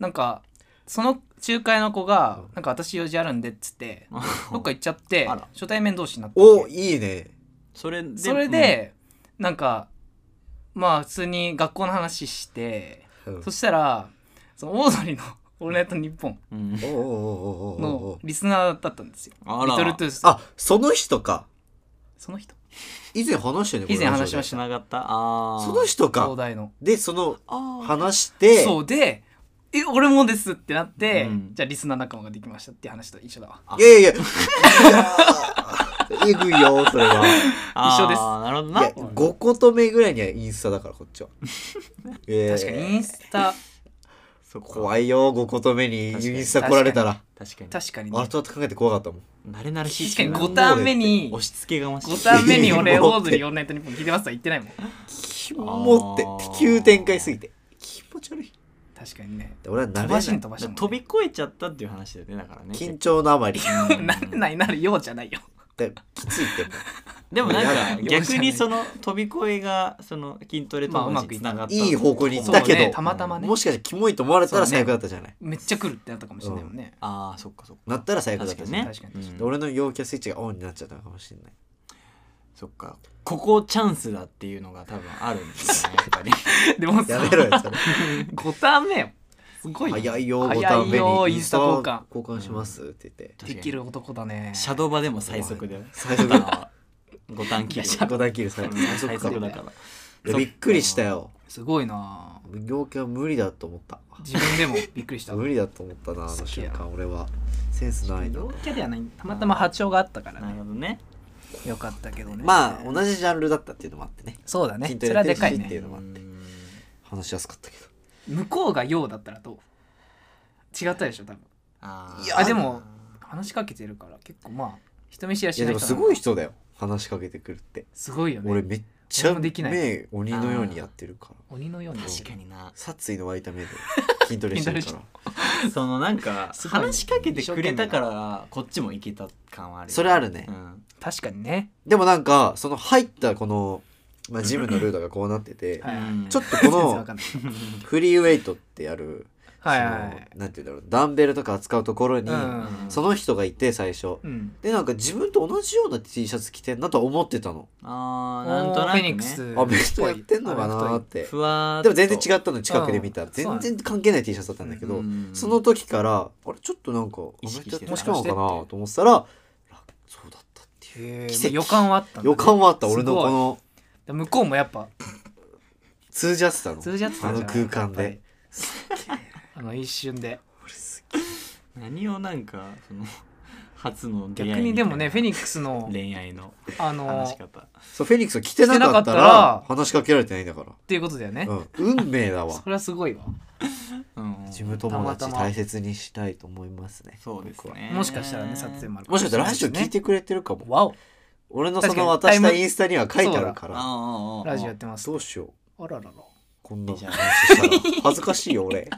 Speaker 3: なんかその仲介の子が「なんか私用事あるんで」っ つってどっか行っちゃって
Speaker 1: あら
Speaker 3: 初対面同士になったわ
Speaker 2: お
Speaker 3: け
Speaker 2: いいね
Speaker 1: それで
Speaker 3: それでなんかまあ普通に学校の話して
Speaker 2: うん
Speaker 3: そしたらそのオードリーの「オールナイトニッポン
Speaker 1: うんうん
Speaker 2: おおお」おおお
Speaker 3: の
Speaker 2: お
Speaker 3: リスナーだったんですよ
Speaker 1: あ
Speaker 3: リ
Speaker 1: ら
Speaker 3: トルトゥース
Speaker 2: あその人か
Speaker 3: その人
Speaker 2: 以前話したよねこれ
Speaker 3: 以前話しまし
Speaker 1: つながったああ
Speaker 2: その人
Speaker 3: 東
Speaker 2: か
Speaker 3: 大の
Speaker 2: でその
Speaker 1: あ
Speaker 2: 話して
Speaker 3: そうで「え俺もです」ってなって、
Speaker 1: うん
Speaker 3: じゃあリスナー仲間ができましたっていう話と一緒だわ
Speaker 1: あ
Speaker 2: いやいやいや いやえぐいよそれは
Speaker 1: あ
Speaker 3: 一緒です
Speaker 1: なるほど
Speaker 2: いや
Speaker 1: な
Speaker 2: 5こと目ぐらいにはインスタだからこっちはえー
Speaker 3: 確かにインスタ
Speaker 1: そこは
Speaker 2: 怖いよ5こと目にイ
Speaker 1: 確かに
Speaker 2: ンスタ来られたら
Speaker 1: 確かに
Speaker 3: 確かに、ね、
Speaker 2: 後々考えて怖かったもん
Speaker 1: 慣れ慣れしい
Speaker 3: 確
Speaker 1: し
Speaker 3: かに
Speaker 2: 五
Speaker 3: 5ターン目に
Speaker 1: 押し付けがましい
Speaker 3: 5ターン目に俺
Speaker 2: 持って
Speaker 3: オードリーオンライトニッポン聞いてますとは言ってないもん
Speaker 2: キモって
Speaker 1: あー
Speaker 2: 急展開すぎて気持ち悪い
Speaker 3: 確かにね
Speaker 2: で俺は慣
Speaker 3: 飛
Speaker 2: れな
Speaker 3: ば
Speaker 2: い
Speaker 3: しに飛ばし
Speaker 1: だから
Speaker 3: たもん
Speaker 1: 飛び
Speaker 3: ね、
Speaker 1: 越えちゃったっていう話だよねだからね
Speaker 2: 緊張のあまり
Speaker 1: うん
Speaker 3: なれないなるようじゃないよ
Speaker 2: できついっても
Speaker 1: でもなんか
Speaker 3: いや
Speaker 1: 逆にその飛び越えがその筋トレと
Speaker 3: まあうま
Speaker 1: も
Speaker 3: くい
Speaker 1: つ
Speaker 3: った
Speaker 1: ながった
Speaker 2: いい方向に行った
Speaker 3: そう
Speaker 2: け
Speaker 3: ね
Speaker 2: ど
Speaker 3: たまたまね
Speaker 2: もしかしてキモいと思われたら
Speaker 3: そうね
Speaker 2: 最悪だったじゃない
Speaker 3: めっちゃ来るってなったかもしれないもんね、
Speaker 1: ああそっかそっか
Speaker 2: なったら最悪だった
Speaker 1: 確
Speaker 2: じ
Speaker 1: かに
Speaker 2: ゃない
Speaker 1: ね
Speaker 3: 確かに
Speaker 1: うん
Speaker 2: で俺の陽キャスイッチがオンになっちゃったのかもしれない
Speaker 1: そっかここチャンスだっていうのが多分あるんですよねやっぱり
Speaker 3: でも
Speaker 2: や
Speaker 3: さ
Speaker 2: めろよそれ
Speaker 3: 5ターン目よすごい
Speaker 2: 早いよ5
Speaker 3: 早いよ
Speaker 2: ターン目に
Speaker 3: イ
Speaker 2: イ
Speaker 3: ン
Speaker 2: ン
Speaker 3: ス
Speaker 2: ス
Speaker 3: タ
Speaker 2: タ
Speaker 3: 交
Speaker 2: 交
Speaker 3: 換
Speaker 2: 換しますって言って
Speaker 1: 確
Speaker 3: で
Speaker 1: かに
Speaker 3: きる男だね
Speaker 1: シャドーバでも最速 だよ
Speaker 2: 最速
Speaker 1: 五段切る
Speaker 3: いや
Speaker 2: 5段切る最
Speaker 1: うん
Speaker 2: 速
Speaker 1: 最
Speaker 2: か
Speaker 1: 速だから
Speaker 2: いやびっくりしたよ
Speaker 3: すごいなあ
Speaker 2: 陽キャ無理だと思った
Speaker 3: 自分でもびっくりした
Speaker 2: 無理だと思ったなあ
Speaker 3: す
Speaker 2: の
Speaker 3: げえ
Speaker 2: 瞬
Speaker 3: な
Speaker 2: 間俺はセンスないな
Speaker 3: 陽キャではないたまたま波長があったから
Speaker 1: なる
Speaker 3: ね
Speaker 1: ほどね
Speaker 3: よかったけどね
Speaker 2: まあ同じジャンルだったっていうのもあってね
Speaker 3: そうだね
Speaker 2: 筋
Speaker 3: そ
Speaker 2: トレ
Speaker 3: れ
Speaker 2: や
Speaker 3: は
Speaker 2: って
Speaker 3: で
Speaker 2: るし
Speaker 3: かい
Speaker 2: ってい
Speaker 3: ね
Speaker 2: うのもあって
Speaker 1: うん
Speaker 2: 話しやすかったけど
Speaker 3: 向こうが陽だったらどう違ったでしょ多分
Speaker 1: あー
Speaker 2: いや
Speaker 3: あでも話しかけてるから結構まあ人見知ら
Speaker 2: い
Speaker 3: し
Speaker 2: や
Speaker 3: な
Speaker 2: で
Speaker 3: い人
Speaker 2: も
Speaker 3: なの
Speaker 2: すごい人だよ話しかけてくるって
Speaker 3: すごいよね
Speaker 2: 俺めっち
Speaker 3: 俺
Speaker 2: ゃ
Speaker 3: もできない
Speaker 2: 目鬼のようにやってるから
Speaker 3: 鬼のように
Speaker 1: 確かにな
Speaker 2: 殺意の湧いた 目で筋トレしてるか
Speaker 3: 筋トレ
Speaker 2: ら
Speaker 1: そのなんか
Speaker 3: すごいね
Speaker 1: 話しかけてくれたからこっちも行けた感はあるよ
Speaker 2: それあるね
Speaker 1: うん
Speaker 3: 確かにね
Speaker 2: でもなんかその入ったこのまあジムのルールがこうなってて
Speaker 3: はい
Speaker 1: うん
Speaker 2: ちょっとこ
Speaker 3: 全然わ
Speaker 2: の
Speaker 3: かんない
Speaker 2: フリーウェイトってやる
Speaker 3: はいは
Speaker 2: そのなんて言うんだろうダンベルとか扱うところ
Speaker 3: い
Speaker 2: に
Speaker 3: はいうん
Speaker 2: その人がいて最初
Speaker 3: うん
Speaker 2: でなんか自分と同じような T シャツ着てんなとは思ってたの
Speaker 1: あーなんとなく、ね、
Speaker 3: フェニックス
Speaker 2: あベストやってんのかなーって
Speaker 1: ふわーっと
Speaker 2: でも全然違ったの近くで見たら
Speaker 3: そうな
Speaker 2: 全
Speaker 3: んだ
Speaker 2: 然関係ない T シャツだったんだけど
Speaker 1: うん
Speaker 2: その時からあれちょっとなんか
Speaker 1: 意識してた
Speaker 2: もしかなのかなと思ってたらあそうだったっていう
Speaker 3: へー
Speaker 2: 奇跡
Speaker 3: 予感はあったんだね
Speaker 2: 予感はあった
Speaker 3: すご
Speaker 2: 俺
Speaker 3: い
Speaker 2: のこの
Speaker 3: 向こうもやっぱ
Speaker 2: 通じ合ってたの
Speaker 3: 通じ合ってたんじゃない
Speaker 2: あの空間で
Speaker 3: やっぱりあの一瞬で
Speaker 1: 何をなんかその 初の出会い
Speaker 3: 逆にでもねフェ
Speaker 1: ニッ
Speaker 3: ニックスの
Speaker 1: 恋愛の
Speaker 3: あの
Speaker 1: 話し
Speaker 3: っ
Speaker 1: 方
Speaker 2: そうフェニックスを着てなかった
Speaker 3: 着てなかっ
Speaker 2: ら
Speaker 3: た
Speaker 2: 話しかけられてないんだか
Speaker 3: ていうことだよね
Speaker 2: らうん運命だわ
Speaker 3: それはすごいわ
Speaker 1: うん
Speaker 2: 自分友
Speaker 3: た
Speaker 2: 達
Speaker 3: またま
Speaker 2: 大切にしたいと思いますね
Speaker 1: そうですね
Speaker 3: もしかしたらね撮影もあるか
Speaker 2: もしかし
Speaker 3: れ
Speaker 2: た
Speaker 3: ない
Speaker 2: らラジオ聞いてくれてるかも
Speaker 3: わお
Speaker 2: 俺のその
Speaker 3: 確かに
Speaker 2: 渡したインスタには書いてあるか
Speaker 1: あ
Speaker 2: ら
Speaker 1: あああ
Speaker 3: ラジオやってます
Speaker 2: どうしよう
Speaker 3: あららら
Speaker 2: こんな
Speaker 1: じゃ
Speaker 2: 話
Speaker 1: あ
Speaker 2: したら恥ずかしいよ俺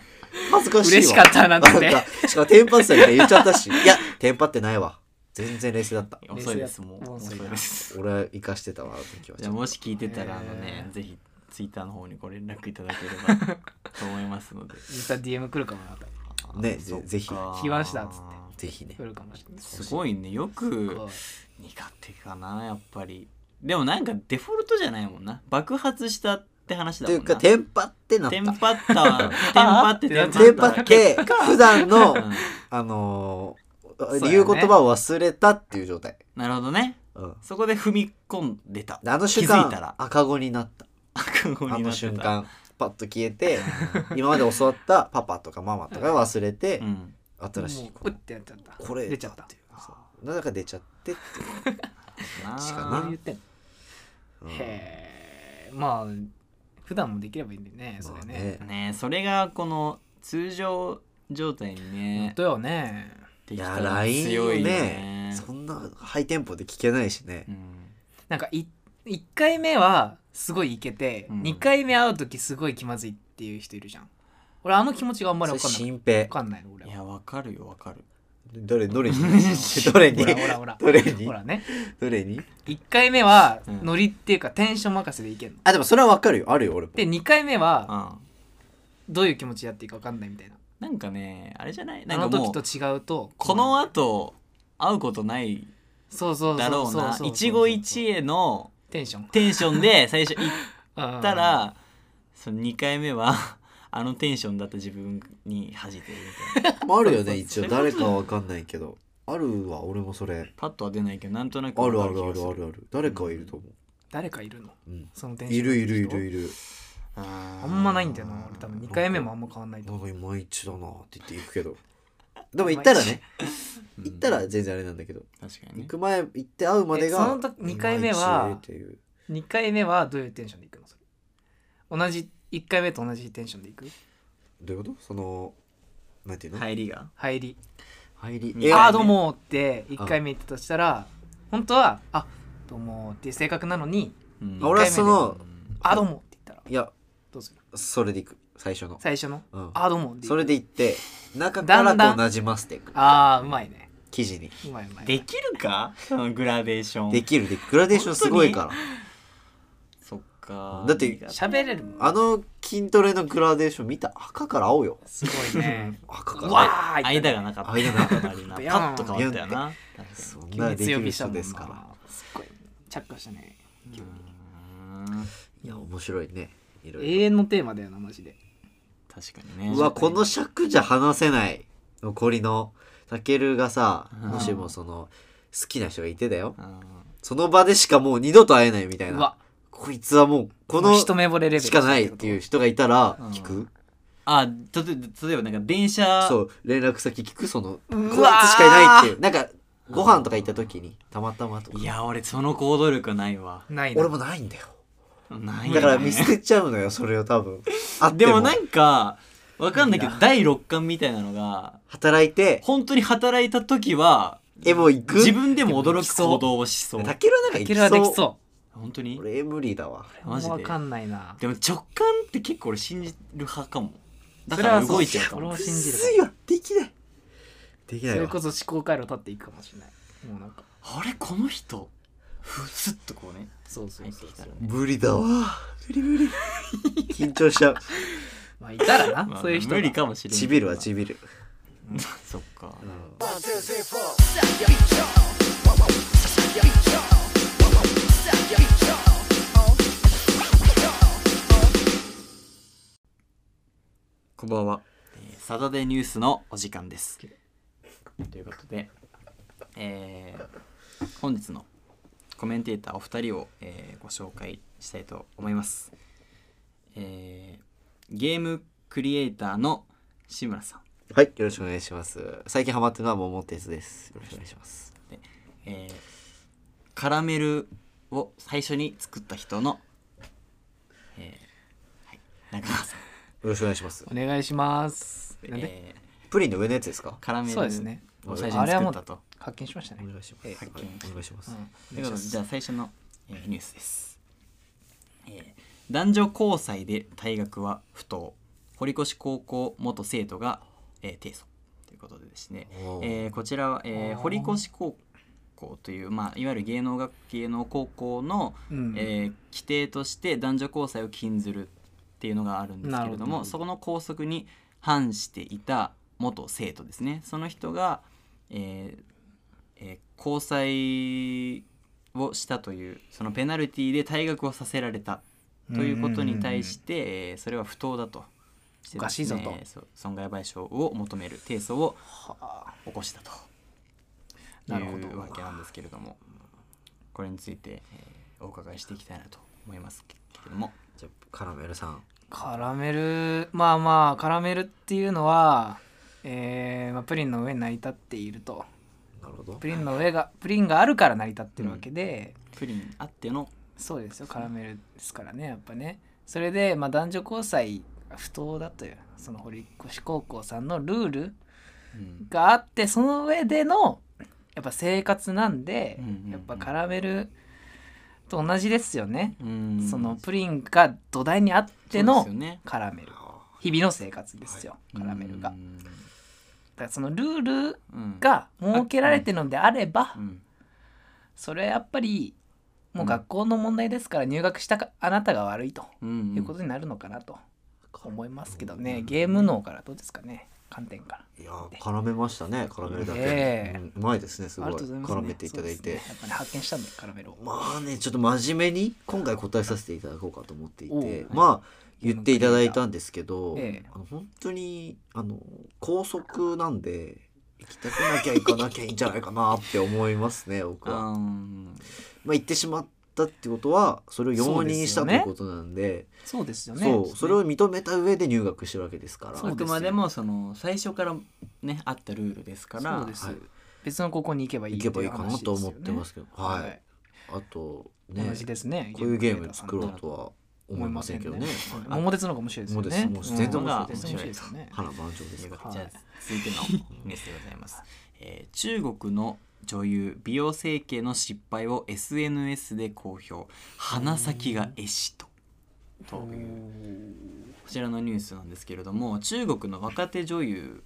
Speaker 2: 恥ずかしいわ
Speaker 3: 嬉しかったなんてね
Speaker 2: かしかもテンパってたみたいに言っちゃったしいやテンパってないわ全然冷静だった
Speaker 1: 遅いですもう
Speaker 3: もう遅
Speaker 1: 遅
Speaker 3: い
Speaker 1: い
Speaker 3: な
Speaker 1: です
Speaker 2: 俺は生かしてたわあの時は
Speaker 1: じゃあもし聞いてたらあの
Speaker 3: へ
Speaker 1: ね
Speaker 3: ー
Speaker 1: ぜひツイッターの方にご連絡いただければと思いますので
Speaker 3: インスタ DM 来るかもな
Speaker 2: ね
Speaker 1: そっか
Speaker 2: ぜひ
Speaker 3: 来ましたっつっ
Speaker 2: ぜひね
Speaker 3: 来るかもしれない
Speaker 1: すごいねよく
Speaker 3: こう
Speaker 1: 苦手かなやっぱりでもなんかデフォルトじゃないもんな爆発したって話だ
Speaker 2: と
Speaker 1: も
Speaker 2: い
Speaker 1: ん
Speaker 2: う
Speaker 1: な
Speaker 2: かテンパってなった
Speaker 1: テンパった わテンパって
Speaker 3: あ
Speaker 2: テンパ
Speaker 1: た
Speaker 2: って普段の
Speaker 1: うん
Speaker 2: あの
Speaker 3: う
Speaker 2: ー
Speaker 3: だよね
Speaker 2: 言う言葉を忘れたっていう状態
Speaker 1: なるほどね
Speaker 2: うん
Speaker 1: そこで踏み込んでた
Speaker 2: で あの瞬
Speaker 1: 気づいたら
Speaker 2: 間赤子になった
Speaker 1: 覚悟
Speaker 2: あ
Speaker 1: になって
Speaker 2: の
Speaker 1: た
Speaker 2: 瞬間パッと消えて今まで教わったパパとかママとか忘れて
Speaker 1: うん
Speaker 2: 新しい
Speaker 3: もう
Speaker 2: こ
Speaker 3: うっ
Speaker 2: と
Speaker 3: てやっちゃった
Speaker 2: これ
Speaker 3: 出ちゃった
Speaker 2: ていうそうなんか出ちゃってっていう
Speaker 1: なあ
Speaker 2: しか
Speaker 3: ど
Speaker 2: な
Speaker 3: う言ってんの
Speaker 2: うん
Speaker 3: へえまあ普段もできればいいんだよねそ
Speaker 2: ま
Speaker 3: れ
Speaker 2: あ
Speaker 3: ね
Speaker 2: ね
Speaker 1: ねそれがこの通常状態に
Speaker 3: 本
Speaker 1: ね
Speaker 3: 当よね
Speaker 1: で
Speaker 2: い
Speaker 1: きた
Speaker 2: や
Speaker 1: ら
Speaker 2: LINE を
Speaker 1: 強いよ
Speaker 2: ね
Speaker 1: ね
Speaker 2: そんなハイテンポで聞けないしね、
Speaker 1: うん
Speaker 3: なんかい1回目はすごいいけて、
Speaker 1: うん
Speaker 3: 二2回目会う時すごい気まずいっていう人いるじゃん俺あの気持ちがあんまり
Speaker 2: それ
Speaker 3: 分かんない
Speaker 2: 新平
Speaker 3: 分かんないの俺
Speaker 1: い
Speaker 3: は
Speaker 1: やわかるよわかる
Speaker 2: どれ どれにどれに
Speaker 3: ほらほらほ
Speaker 2: ど
Speaker 3: ら
Speaker 2: れに
Speaker 3: ほらね
Speaker 2: どれに
Speaker 3: 1回目は
Speaker 1: うん
Speaker 3: ノリっていうかテンション任せでいけんの
Speaker 2: あでもそれはわかるよあるよ俺も
Speaker 3: で2回目
Speaker 1: う
Speaker 3: は
Speaker 1: ん
Speaker 3: どういう気持ちでやっていいか分かんないみたいな
Speaker 1: なんかねあれじゃない
Speaker 3: あ
Speaker 1: なん
Speaker 3: の
Speaker 1: かも
Speaker 3: 時
Speaker 1: う
Speaker 3: と違うと
Speaker 1: この後会うことない
Speaker 3: そうそうそう
Speaker 1: だろうな
Speaker 3: そうそうそう
Speaker 1: 一期一会の
Speaker 3: テンション
Speaker 1: テンションで最初行
Speaker 3: だ
Speaker 1: ったらその2回目は あのテンションだった自分に恥じてるみたいな
Speaker 2: あるよね
Speaker 1: そ
Speaker 2: 一
Speaker 1: うそうそう
Speaker 2: 応誰かはわかんないけどあるわ俺もそれ
Speaker 1: パッとは出ないけどなんとなく
Speaker 2: あ
Speaker 1: わ
Speaker 2: る
Speaker 1: か
Speaker 2: あるあ
Speaker 1: 気が
Speaker 2: る
Speaker 1: す
Speaker 2: あるある誰かはいると思
Speaker 3: 誰かいるの
Speaker 2: う、うん、
Speaker 3: そのテンショ
Speaker 2: い
Speaker 3: ンの
Speaker 2: る
Speaker 3: 人
Speaker 2: いるいるいる
Speaker 1: あ
Speaker 3: あ
Speaker 1: ー
Speaker 3: んまないんだよな俺多分2回目もあんま変わんないと
Speaker 2: な
Speaker 3: 思
Speaker 2: ん
Speaker 3: う
Speaker 2: かいまいちだなって言って行くけ どでも行ったらね
Speaker 1: うん
Speaker 2: 行ったら全然あれなんだけど
Speaker 1: 確かに
Speaker 2: 行
Speaker 1: ね
Speaker 2: く前行って会うまでが
Speaker 3: えその時二回目はい
Speaker 2: まいちっていう
Speaker 3: 2回目はどういうテンションでいくのそれ同じ1回目と同じテンションでいく
Speaker 2: どういうことそのなんていうの、
Speaker 1: 入りが
Speaker 3: 入り
Speaker 2: 入り
Speaker 1: え
Speaker 3: 「あ
Speaker 1: ー
Speaker 3: あどうも」って1回目言ったとしたら本当は「あどうも」っていう性格なのに
Speaker 1: うん
Speaker 2: 俺はその
Speaker 3: 「あどうも」って言ったら
Speaker 2: いや
Speaker 3: どうする
Speaker 2: それで行く最初の、
Speaker 3: 最初の
Speaker 2: う
Speaker 3: 「
Speaker 2: ん、
Speaker 3: あどうも」で
Speaker 2: それで行って中から
Speaker 3: だんだ
Speaker 2: と
Speaker 3: ん
Speaker 2: なじませていく
Speaker 3: ああうまいね
Speaker 2: 生地に
Speaker 3: うまいうまい
Speaker 1: できるかそのグラデーション
Speaker 2: できるでグラデーションすごいから
Speaker 1: そっか
Speaker 2: だって
Speaker 3: 喋れるもん
Speaker 2: あの筋トレのグラデーション見た赤から青よ
Speaker 3: すごいね
Speaker 2: 赤から
Speaker 3: う
Speaker 2: 青
Speaker 3: わーい
Speaker 1: 間がなかった
Speaker 2: 間がなか
Speaker 1: ったなパ
Speaker 3: ビヨー
Speaker 1: ッ
Speaker 3: ン
Speaker 1: と変わったよな確かに
Speaker 2: そん
Speaker 3: 急
Speaker 2: な
Speaker 3: に
Speaker 2: でき
Speaker 3: 強
Speaker 2: る
Speaker 3: 火した
Speaker 2: 人
Speaker 3: もんな
Speaker 2: ですすから
Speaker 3: っごい着火したね
Speaker 1: うん
Speaker 2: いや面白いねいろ
Speaker 3: 永
Speaker 2: い
Speaker 3: 遠のテーマだよなマジで
Speaker 1: 確かにね
Speaker 2: ろうわこの尺じゃ話せない残りのたけるがさ
Speaker 1: うん
Speaker 2: もしもその好きな人がいてだよ
Speaker 1: うん
Speaker 2: その場でしかもう二度と会えないみたいうな
Speaker 3: わ
Speaker 2: こいつはもうこの
Speaker 3: 一目惚れレベル
Speaker 2: しかないっていう人がいたら聞
Speaker 1: う
Speaker 2: く
Speaker 1: あたと例えばなんか電車
Speaker 2: そう連絡先聞くそのこいつ
Speaker 3: うわー
Speaker 2: しかいないっていうなんかご飯とか行った時にたまたまとか
Speaker 1: いや俺その行動力ないわ
Speaker 3: ないな
Speaker 2: 俺もないんだよ
Speaker 1: ないよね
Speaker 2: だから見捨てちゃうのよそれを多分あって
Speaker 1: でも
Speaker 2: も
Speaker 1: なんかわかんないけど第六感みたいなのが
Speaker 2: 働いて
Speaker 1: 本当に働いた時は
Speaker 2: エモ行く
Speaker 1: 自分でも驚く行動をしそう
Speaker 2: たけるはなんか
Speaker 3: い
Speaker 2: 行き
Speaker 3: けるはで
Speaker 2: そ
Speaker 3: き
Speaker 2: う
Speaker 3: そ
Speaker 1: 本当に
Speaker 2: 俺無理だわ
Speaker 3: う
Speaker 1: マジで
Speaker 3: わかんないな
Speaker 1: でも直感って結構俺信じる派かもだ
Speaker 3: そ
Speaker 1: か
Speaker 3: れは
Speaker 1: ら
Speaker 3: そう
Speaker 1: 動いちゃうか
Speaker 3: 俺
Speaker 1: も
Speaker 3: も
Speaker 2: む
Speaker 3: 信じる
Speaker 2: ずいわできないできな
Speaker 3: そ
Speaker 2: い
Speaker 3: れ
Speaker 2: わ
Speaker 3: こそ思考回路立っていくかもしれないもうなんか
Speaker 1: あれこの人ふすっとこうね
Speaker 3: そうそう
Speaker 1: 入って
Speaker 3: そう
Speaker 1: き
Speaker 3: そ
Speaker 1: た
Speaker 3: う
Speaker 1: らね
Speaker 2: 無理だわ無理無理緊張しちゃ う
Speaker 3: まあいたら
Speaker 1: ま
Speaker 3: な
Speaker 1: あ
Speaker 3: そういう人が
Speaker 1: 無理かもしれない
Speaker 2: ちびるはちびる、
Speaker 1: そっかこんばんは、えーサタデーニュースのお時間ですということで、えー本日のコメンテーターお二人を、えーご紹介したいと思います、えーゲームクリエイターの志村さん
Speaker 2: はいよろしくお願いします最近ハマってるのは桃鉄ですよろしくお願いします
Speaker 1: えーカラメルを最初に作った人の、えーはい、中川さん
Speaker 2: よろしくお願いします
Speaker 3: お願いしますなんで
Speaker 1: え
Speaker 2: プリンの上のやつですか
Speaker 1: ーカラメル
Speaker 3: そ
Speaker 1: を
Speaker 3: う
Speaker 1: 最
Speaker 3: です
Speaker 1: 初
Speaker 3: ね
Speaker 1: に作ったと。
Speaker 3: 発見しましたね
Speaker 2: 願いします、
Speaker 1: 発見
Speaker 2: お願いします、
Speaker 1: ということでじゃあ最初の、えーニュースです、えー男女交際で退学は不当堀越高校元生徒が、えー提訴ということでですね、
Speaker 2: おー
Speaker 1: えーこちらは、えー
Speaker 3: おー
Speaker 1: 堀越高校という、まあ、いわゆる芸能学芸能高校の、
Speaker 3: うん
Speaker 1: えー規定として男女交際を禁ずるっていうのがあるんですけれ
Speaker 3: なる
Speaker 1: ど
Speaker 3: ほ
Speaker 1: もそこの校則に反していた元生徒ですねその人が、えーえー交際をしたというそのペナルティで退学をさせられたということに対して、えーそれは不当だとしてですね。
Speaker 3: おかしいぞと
Speaker 1: そう損害賠償を求める提訴を起こしたと
Speaker 3: なるほど
Speaker 1: いうわけなんですけれどもこれについて、えーお伺いしていきたいなと思いますけれども
Speaker 2: じゃあカラメルさん
Speaker 3: カラメルまあまあカラメルっていうのはえーまあ、プリンの上に成り立っていると
Speaker 2: なるほど
Speaker 3: プリンの上がプリンがあるから成り立ってるわけで、
Speaker 1: プリンあっての
Speaker 3: そうですよカラメルですからねやっぱねそれで、まあ、男女交際が不当だというその堀越高校さんのルール
Speaker 1: うん
Speaker 3: があってその上でのやっぱ生活なんで、
Speaker 1: うんうんうん
Speaker 3: やっぱカラメルと同じですよね、
Speaker 1: うん
Speaker 3: そのプリンが土台にあって
Speaker 1: そう
Speaker 3: の
Speaker 1: ですよね
Speaker 3: カラメル日々の生活ですよ、カラメルが、
Speaker 1: う
Speaker 3: だ
Speaker 1: ん
Speaker 3: からそのルール
Speaker 1: うん
Speaker 3: が設けられてるのであれば、
Speaker 1: うん
Speaker 3: それはやっぱりもう学校の問題ですから入学したかあなたが悪いと
Speaker 1: うん
Speaker 3: いうことになるのかなと思いますけどね、ゲーム脳からどうですかね観点か
Speaker 2: い
Speaker 3: ら。
Speaker 2: やー絡めましたね絡めるだけ、
Speaker 3: ええ
Speaker 2: うんうまいですねすごい
Speaker 3: ありがとうございます、
Speaker 2: 絡めていただい
Speaker 3: そうで
Speaker 2: て
Speaker 3: すねやっぱり発見したんでカラメルを。
Speaker 2: まあねちょっと真面目に今回答えさせていただこうかと思ってい
Speaker 3: おう
Speaker 2: て
Speaker 3: はい
Speaker 2: まあ言っていただいたんですけど、
Speaker 3: ええ
Speaker 2: あの本当にあの高速なんで行きたくなきゃ行かなきゃいいんじゃないかなって思います ね僕は。
Speaker 1: うん
Speaker 2: まあ、行ってしまったってことはそれを容認したという
Speaker 3: そうですよね
Speaker 2: ことなんで
Speaker 3: そうですよ
Speaker 2: そう,、
Speaker 3: ね。
Speaker 2: それを認めた上で入学してるわけですから
Speaker 3: そ
Speaker 1: あ
Speaker 3: うです
Speaker 1: く
Speaker 3: よ
Speaker 1: までもその最初からねあったルールですから
Speaker 3: そうです
Speaker 2: はい
Speaker 3: 別の高校に行けばいい
Speaker 2: 行
Speaker 3: って
Speaker 2: け
Speaker 3: う
Speaker 2: ばいいかなと思ってます
Speaker 3: 話
Speaker 2: けど、
Speaker 3: ですよね
Speaker 2: はい、
Speaker 3: はい
Speaker 2: あとね
Speaker 3: 同じですね。
Speaker 2: こういうゲー
Speaker 3: クリエイ
Speaker 2: ム
Speaker 3: タさん
Speaker 2: 作ろうとは思いませんけどね。
Speaker 3: はい桃鉄の方が面白いですよね。
Speaker 2: 桃鉄もう全然
Speaker 1: 面白い
Speaker 3: うん桃鉄面白いですよね。
Speaker 2: 腹満丈ですか
Speaker 3: はい
Speaker 1: じゃあ続いてのニュースでございます、 えー中国の女優美容整形の失敗を SNS で公表鼻先がエシとというこちらのニュースなんですけれども中国の若手女優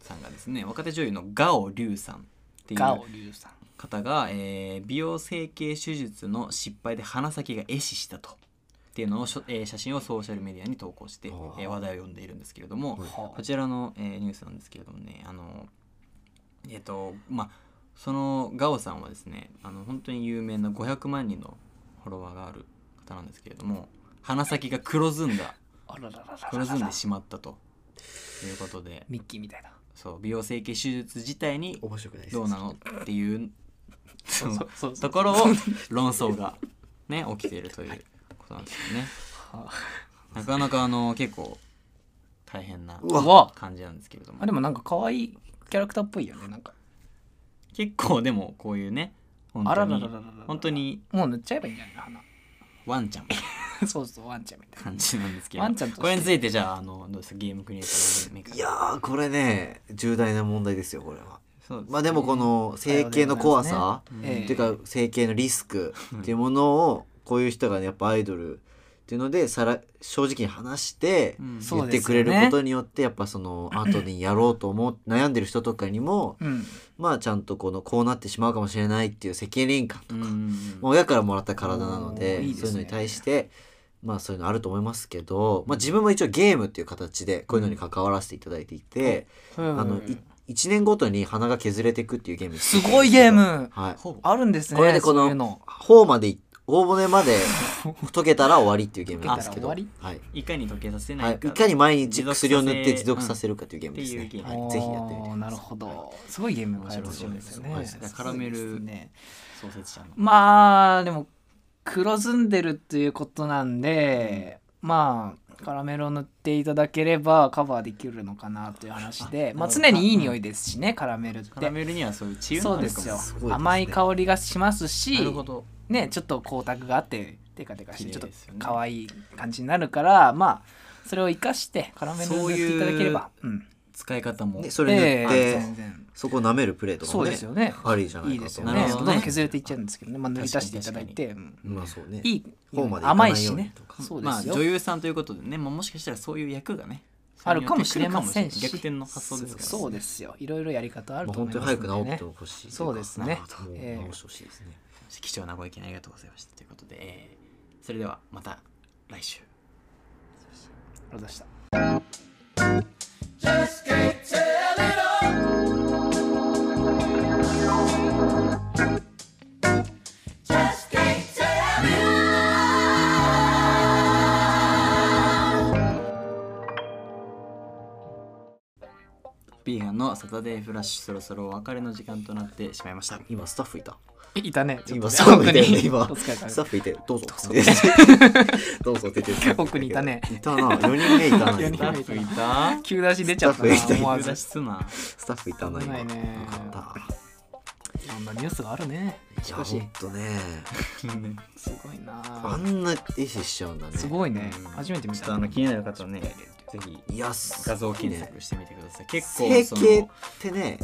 Speaker 1: さんがですね若手女優のガオ・リュウさんっていう
Speaker 3: ガオリュウさん。
Speaker 1: 方が、えー美容整形手術の失敗で鼻先が壊死したとっていうのをしょ、えー写真をソーシャルメディアに投稿して、え
Speaker 2: あー
Speaker 1: ー話題を呼んでいるんですけれども、
Speaker 2: はい
Speaker 1: こちらの、えーニュースなんですけれどもねあのえっ、とまあそのガオさんはですねあの本当に有名な500万人のフォロワーがある方なんですけれども鼻先が黒ずんだ
Speaker 3: あららららら
Speaker 1: 黒ずんでしまったということで
Speaker 3: ミッキーみたいな。
Speaker 1: そう美容整形手術自体に
Speaker 2: 面白くないです
Speaker 1: どうなのっていうその
Speaker 3: そう
Speaker 1: ところを論争がね起きているということなんですよね。
Speaker 3: は
Speaker 1: なかなかあの結構大変な
Speaker 2: う
Speaker 3: あう
Speaker 2: わ
Speaker 3: わ
Speaker 1: 感じなんですけれども
Speaker 3: あでもなんか可愛いキャラクターっぽいよね。なんか。
Speaker 1: 結構でもこういうね本
Speaker 3: あ
Speaker 1: 当
Speaker 3: ららら
Speaker 1: に
Speaker 3: ららら
Speaker 1: 本当に
Speaker 3: もう塗っちゃえばいいんじゃないの
Speaker 1: ワンちゃんみたい
Speaker 3: 花。そうそうワンちゃんみた
Speaker 1: ない
Speaker 3: な。
Speaker 1: 感じなんですけど
Speaker 3: ワンちゃんとして
Speaker 1: これについてじゃああのどうですかゲームクリエイターのメーカー
Speaker 2: いやーこれね重大な問題ですよこれは。
Speaker 1: そうすね
Speaker 2: まあでもこの整形の怖さ、
Speaker 1: うん
Speaker 3: ええ
Speaker 2: っていうか整形のリスクっていうものをこういう人がねやっぱアイドルっていうのでさら正直に話して
Speaker 1: うん
Speaker 3: そ
Speaker 2: 言
Speaker 3: う
Speaker 2: っ
Speaker 3: で
Speaker 2: て
Speaker 3: すよ
Speaker 2: く
Speaker 3: ね
Speaker 2: れることによってやっぱその後にやろうと思う悩んでる人とかにも
Speaker 3: うん。
Speaker 2: まあちゃんとこのこうなってしまうかもしれないっていう責任感と
Speaker 1: う
Speaker 2: か、
Speaker 1: ん
Speaker 2: まあ、親からもらった体なの
Speaker 3: お
Speaker 2: で
Speaker 3: ーいいです
Speaker 2: そう
Speaker 3: ね
Speaker 2: いうのに対してまあそういうのあると思いますけど、まあ、自分も一応ゲームっていう形でこういうのに関わらせていただいていて、あのい1年ごとに鼻が削れていくっていうゲーム
Speaker 3: すごいゲーム
Speaker 2: はい、
Speaker 1: ほぼ
Speaker 3: あるんですね。
Speaker 2: これでこの
Speaker 3: そういうの。
Speaker 2: 頬までい大骨まで溶けたら終わりっていうゲームなんですけど、
Speaker 3: あ
Speaker 2: は
Speaker 3: 溶
Speaker 2: い
Speaker 3: け
Speaker 1: いかに溶けさせ
Speaker 2: は、
Speaker 1: ないい
Speaker 2: い
Speaker 1: か
Speaker 2: かに毎日
Speaker 1: 持続させ
Speaker 2: 薬を塗って持続させるかというゲームです
Speaker 1: うんってい
Speaker 2: ね
Speaker 1: う。ゲーム
Speaker 2: はい、ぜひやってみて
Speaker 3: おー
Speaker 2: くだ
Speaker 3: な
Speaker 2: さ
Speaker 3: る
Speaker 2: い。
Speaker 3: ほど。すごいゲーム開発してるんですよね。
Speaker 2: 面白い
Speaker 1: ですカラメル
Speaker 3: そうですね。
Speaker 1: 創設者の
Speaker 3: まあでも黒ずんでるっていうことなんで、まあカラメルを塗っていただければカバーできるのかなという話で
Speaker 1: あ
Speaker 3: まあ
Speaker 1: なるほど
Speaker 3: 常にいい匂いですしねカラメルっ
Speaker 1: カラ
Speaker 3: て。
Speaker 1: メルにはそういう治癒
Speaker 3: そ
Speaker 1: 能
Speaker 3: うで
Speaker 1: 力
Speaker 3: す
Speaker 1: も
Speaker 3: よ
Speaker 2: すごいですね
Speaker 3: 甘い香りがしますし
Speaker 1: なるほど
Speaker 3: ね、ちょっと光沢があってテカテカし
Speaker 1: 綺
Speaker 3: てち
Speaker 1: 麗
Speaker 3: ょっと
Speaker 1: ですよね
Speaker 3: 可愛い感じになるからまあそれを生かしてカラメルを塗っていただければうん
Speaker 1: 使い方も
Speaker 2: ね、それによって、
Speaker 3: ええ全然
Speaker 2: そこを舐めるプレーとか
Speaker 3: そ
Speaker 2: も
Speaker 3: う
Speaker 2: ね
Speaker 3: ですよね
Speaker 2: ありじゃないい
Speaker 3: い
Speaker 2: か
Speaker 3: です
Speaker 2: と
Speaker 3: よ
Speaker 2: 思
Speaker 3: ね
Speaker 1: なる
Speaker 2: いま
Speaker 1: ほ
Speaker 2: す
Speaker 3: ど
Speaker 1: どね
Speaker 3: んどん削れていっちゃうんですけどね、まあ、塗り足していただいて、うん
Speaker 2: まあそうね。
Speaker 3: いい
Speaker 2: 方まで行かな
Speaker 3: 甘
Speaker 2: い
Speaker 3: い
Speaker 2: ように
Speaker 3: しね
Speaker 2: とか
Speaker 3: そうで
Speaker 1: まあ
Speaker 3: すよ、
Speaker 1: 女優さんということでね、まあ、もしかしたらそういう役がね
Speaker 3: あるかもしれませんし
Speaker 1: 逆転の発想ですから、
Speaker 3: そうそうですよいろいろやり方ある
Speaker 2: まあ
Speaker 3: と思
Speaker 2: 本当
Speaker 3: い
Speaker 2: に
Speaker 3: ます
Speaker 2: 早
Speaker 3: ん
Speaker 2: く
Speaker 3: で、ね、
Speaker 2: 治ってほしいといか。
Speaker 3: そうですね
Speaker 2: なるほど
Speaker 3: ええ
Speaker 2: 治してほしいですね。
Speaker 1: 貴重なご意見ありがとうございましたということで、えーそれではまた来週
Speaker 3: ありがとうございました
Speaker 1: ビーガンのサタデーフラッシュそろそろお別れの時間となってしまいました
Speaker 2: 今スタッフいた。
Speaker 3: いたねちょっ
Speaker 2: 今
Speaker 3: とね
Speaker 2: スタッフい
Speaker 3: 本当
Speaker 2: て。
Speaker 3: に
Speaker 2: 今
Speaker 3: お疲れ様で
Speaker 2: ス
Speaker 3: す
Speaker 2: タッフいて。どうぞ。 どうぞ出てる。
Speaker 3: 奥にいたね
Speaker 2: いたな。四人目いたな。
Speaker 3: 四
Speaker 1: スタッ
Speaker 2: 今
Speaker 3: 人目
Speaker 1: フいた
Speaker 3: 急出し出ちゃった
Speaker 2: スタッフいた
Speaker 3: な思わ
Speaker 1: 思
Speaker 3: ず
Speaker 1: 出しすな
Speaker 2: スタッフいたな。
Speaker 3: 危
Speaker 2: 今
Speaker 3: ないね
Speaker 2: よかった。
Speaker 3: いろんなニュースがあるねしか
Speaker 2: い
Speaker 3: し
Speaker 2: やほんとね
Speaker 1: ね
Speaker 3: すごいな
Speaker 2: あ
Speaker 3: あ
Speaker 2: んなエッセイしちゃうんだね
Speaker 3: すごいね
Speaker 1: うん
Speaker 3: 初めて見
Speaker 1: ちょ
Speaker 3: た
Speaker 1: っとあの気になる方はねぜひ
Speaker 2: いやす
Speaker 1: 画像検索してみてください結構
Speaker 2: 整
Speaker 1: そ
Speaker 2: 形っ
Speaker 1: の
Speaker 2: てね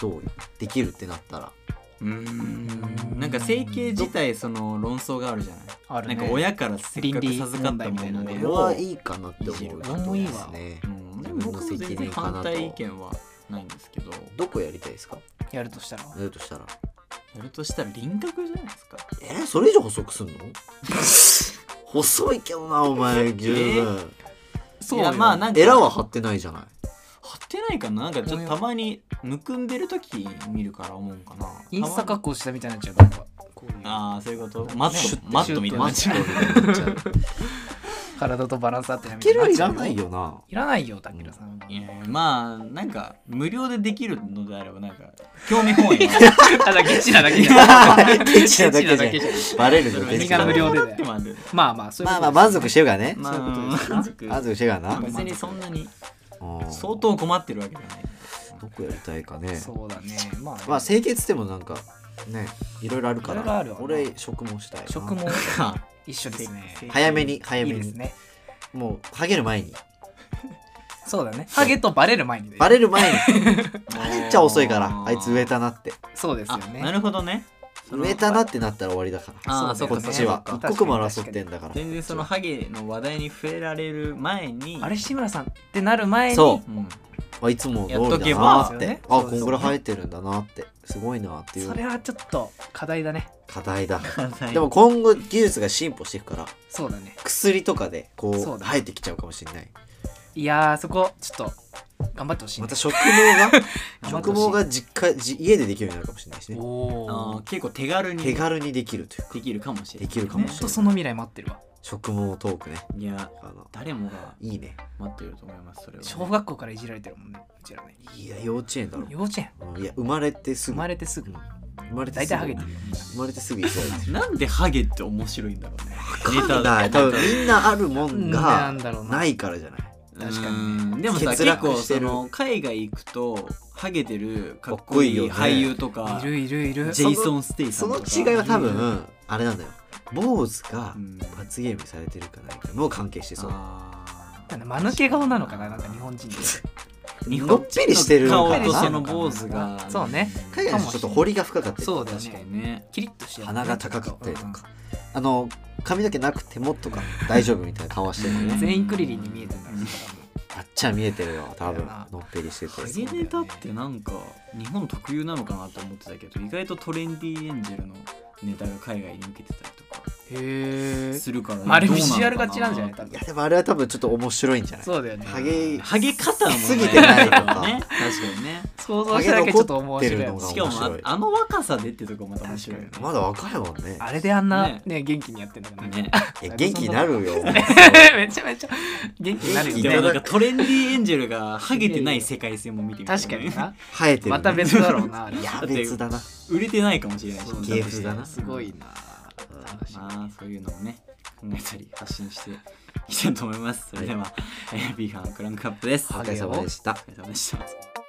Speaker 2: どうできるってなったら
Speaker 1: うーんなんか整形自体その論争があるじゃない
Speaker 3: あるね
Speaker 1: なんか親からせっかく授かったもの
Speaker 3: 倫理問題みたいなね
Speaker 1: で
Speaker 2: 俺はいいかなって思う
Speaker 1: い
Speaker 2: こ
Speaker 1: じ
Speaker 3: る俺
Speaker 2: と
Speaker 3: もいい
Speaker 2: で
Speaker 3: わ
Speaker 2: すね
Speaker 1: うん、でも僕も全然反対意見はないんですけど
Speaker 2: どこやりたいですか
Speaker 3: やるとしたら
Speaker 2: やるとしたら
Speaker 1: やるとしたら輪郭じゃないですか
Speaker 2: えーそれ以上補足す んの細いけどなお前十分
Speaker 1: いやまあなんか
Speaker 2: エラは張ってないじゃない
Speaker 1: 貼ってないかななんかちょっとたまにむくんでる時見るから思うかな
Speaker 3: インスタ
Speaker 1: たま
Speaker 3: 加工したみたいになっちゃうなんかこういう
Speaker 1: にああそういうことマ
Speaker 3: シ
Speaker 1: ット
Speaker 3: ュッて
Speaker 1: マットみたいに
Speaker 2: マ
Speaker 1: な
Speaker 2: ッ
Speaker 1: っち
Speaker 2: チ
Speaker 1: ゃう
Speaker 2: みたいになっちゃう
Speaker 3: 体とバランスあってなみた
Speaker 2: ケ
Speaker 3: い
Speaker 2: ル
Speaker 3: になっ
Speaker 2: い
Speaker 3: ちゃ
Speaker 2: ら
Speaker 3: う
Speaker 2: ないよない
Speaker 3: らないよタケルさん はい
Speaker 1: やまあなんか無料でできるのであればなんか興味本位 は
Speaker 3: ただケチなだけじゃ ん
Speaker 2: ケチなだけじゃん
Speaker 3: ケチなだけじゃん
Speaker 2: バレる
Speaker 1: そ
Speaker 2: ぞ
Speaker 1: れ
Speaker 2: ケチ
Speaker 3: が無料で
Speaker 1: だってまあで
Speaker 3: まあまあそういう
Speaker 2: ま
Speaker 3: こ
Speaker 2: あ
Speaker 3: と
Speaker 2: まあ満足してるからね
Speaker 1: ま
Speaker 3: そういうこと
Speaker 1: あ
Speaker 3: です
Speaker 1: 満足
Speaker 2: 満足してるからな
Speaker 1: 別にそんなに
Speaker 2: うん
Speaker 1: 相当困ってるわけじゃない
Speaker 2: どこやりたいかね
Speaker 3: そうだねまあね
Speaker 2: まあ清潔でもなんかねいろいろあるから
Speaker 3: いろいろあるよな
Speaker 2: 俺食毛したいな
Speaker 3: 食も
Speaker 1: か
Speaker 3: 一緒ですね
Speaker 2: 早めに早
Speaker 3: い
Speaker 2: め
Speaker 3: い
Speaker 2: に
Speaker 3: ですね
Speaker 2: もうハゲる前に
Speaker 3: そうだねハゲとバレる前にね
Speaker 2: バレる前にバレちゃ遅いか
Speaker 1: あ
Speaker 2: ら
Speaker 1: ー
Speaker 2: あいつ植えたなって
Speaker 3: そうですよ
Speaker 1: あ
Speaker 3: ね
Speaker 1: なるほどねその
Speaker 2: 植えたなってなったら終わりだから
Speaker 1: あー
Speaker 3: そう
Speaker 2: こ
Speaker 3: だよね
Speaker 2: っちは
Speaker 3: そ
Speaker 2: 一
Speaker 3: うか
Speaker 2: 刻も争ってんだから
Speaker 1: 全然そのハゲの話題に触れられる前に
Speaker 3: あれ志村さんってなる前に
Speaker 2: そ
Speaker 1: うん
Speaker 2: うあいつも通りだ
Speaker 1: やっとけ
Speaker 2: な
Speaker 1: ば
Speaker 2: ーっ
Speaker 3: そうですよ
Speaker 2: て
Speaker 3: ね
Speaker 2: あ
Speaker 3: そう
Speaker 2: こ
Speaker 3: ですよね
Speaker 2: んぐらい生えてるんだなってすごいなってい
Speaker 3: それ
Speaker 2: う
Speaker 3: はちょっと課題だね
Speaker 2: 課題だ
Speaker 1: で
Speaker 2: でも今後技術が進歩していくから
Speaker 3: そうだね
Speaker 2: 薬とかでこ
Speaker 3: そう
Speaker 2: う
Speaker 3: だ
Speaker 2: 生えてきちゃうかもしれない
Speaker 3: いやーそこちょっと頑張ってほしいね
Speaker 2: また食 毛が
Speaker 3: 頑張って
Speaker 2: 食
Speaker 3: ほしい
Speaker 2: 毛が実家じ家でできるようになるかもしれないしね
Speaker 3: おお
Speaker 1: 結構手軽に
Speaker 2: 手
Speaker 1: で
Speaker 2: 軽にできるというか
Speaker 1: きるかもしれない
Speaker 2: できるかもしれない
Speaker 3: とその未来待ってるわ
Speaker 2: 食毛トークね
Speaker 1: いや
Speaker 2: あの
Speaker 1: 誰もが
Speaker 2: いいね
Speaker 1: 待ってると思いますそれはね
Speaker 3: 小学校からいじられてるもんねうちらね
Speaker 2: いや幼稚園だろ
Speaker 3: 幼稚園
Speaker 2: うんいや生まれてす
Speaker 3: 生
Speaker 2: ぐ
Speaker 3: まれてす
Speaker 2: う
Speaker 3: ぐ
Speaker 2: ん生まれて
Speaker 3: 大体ハゲてる
Speaker 2: 生まれてすぐ言われ てる
Speaker 1: なんでハゲって面白いんだろうね
Speaker 2: 分かんない多分みんなあるもん
Speaker 3: な
Speaker 2: が
Speaker 3: んだろうな
Speaker 2: ないからじゃない
Speaker 3: 確かに
Speaker 1: ねでもさ
Speaker 2: 欠
Speaker 1: 結
Speaker 2: 落
Speaker 1: 構
Speaker 2: し
Speaker 1: そ
Speaker 2: てる
Speaker 1: の海外行くとハゲてるかっ
Speaker 2: かっこ
Speaker 1: こ
Speaker 2: いい
Speaker 1: い
Speaker 2: よ
Speaker 1: い
Speaker 2: ね
Speaker 1: 俳優とか
Speaker 3: いるいるいる
Speaker 1: ジェイソン・ステイさ
Speaker 2: そ
Speaker 1: んと
Speaker 2: の
Speaker 1: か
Speaker 2: 違いは多分あれなんだよ坊主が
Speaker 1: うん
Speaker 2: 罰ゲームされてるかないかの関係してそう
Speaker 1: あー
Speaker 3: 間抜け顔なのかななんか日本人で
Speaker 1: 日
Speaker 2: の
Speaker 1: 本
Speaker 2: っぺりしてる
Speaker 1: 顔
Speaker 2: のか
Speaker 1: とそ
Speaker 2: な
Speaker 1: の坊主が
Speaker 3: そうね
Speaker 2: 海外の人ちょっと彫りが深かったり
Speaker 3: そうだよ
Speaker 1: 確か
Speaker 3: ね
Speaker 1: にね
Speaker 3: キリッとしてる
Speaker 2: 鼻が高かったりと
Speaker 3: うん
Speaker 2: かあの髪の毛なくてもとか大丈夫みたいな顔してるのね
Speaker 3: 全員クリリンに見えてんだろうね
Speaker 2: あっちゃ見えてるよ多分
Speaker 3: だよな
Speaker 2: のっぺりしてて
Speaker 1: ハゲネタってなんか日本特有なのかなと思ってたけど意外とトレンディエンジェルのネタが海外に受けてたりとか
Speaker 3: へえ
Speaker 1: するから
Speaker 3: まああれ
Speaker 1: どう
Speaker 3: ビ
Speaker 1: なのか
Speaker 3: ジュアルがちなんじゃない多
Speaker 2: いや
Speaker 3: 分
Speaker 2: でもあれは多分ちょっと面白いんじゃない
Speaker 3: そうだよね
Speaker 2: ハゲ
Speaker 1: ハゲ方もね
Speaker 2: 過ぎてないとか
Speaker 1: ね確かにね
Speaker 3: 想像しただけちょっと面
Speaker 2: ハ
Speaker 3: 白
Speaker 2: ゲ
Speaker 3: い
Speaker 2: 残ってるのが
Speaker 1: しかもああの若さでってとこまた面白いよね
Speaker 2: まだ若いもんね
Speaker 3: あれであんな
Speaker 1: ね
Speaker 3: ね元気にやってんだからね
Speaker 1: ね
Speaker 2: いや元気になるよ
Speaker 3: めちゃめちゃ元気になる
Speaker 1: でも
Speaker 3: よ
Speaker 1: なんか
Speaker 3: ね
Speaker 1: トレンディエンジェルがハゲてない世界線も見てみたい
Speaker 3: 確かにな
Speaker 2: 生えてるね
Speaker 3: また別だろうなあれ
Speaker 2: いや別だな
Speaker 1: 売れてないかもしれないし
Speaker 3: そう
Speaker 2: 芸風だな
Speaker 3: すごいな楽しみ
Speaker 1: まあそういうのをね考えたり発信していきたいと思いますそれでは、えー、ビーファンクランクアップですお
Speaker 2: お
Speaker 1: 疲
Speaker 2: 疲れ様でした
Speaker 1: れ様でした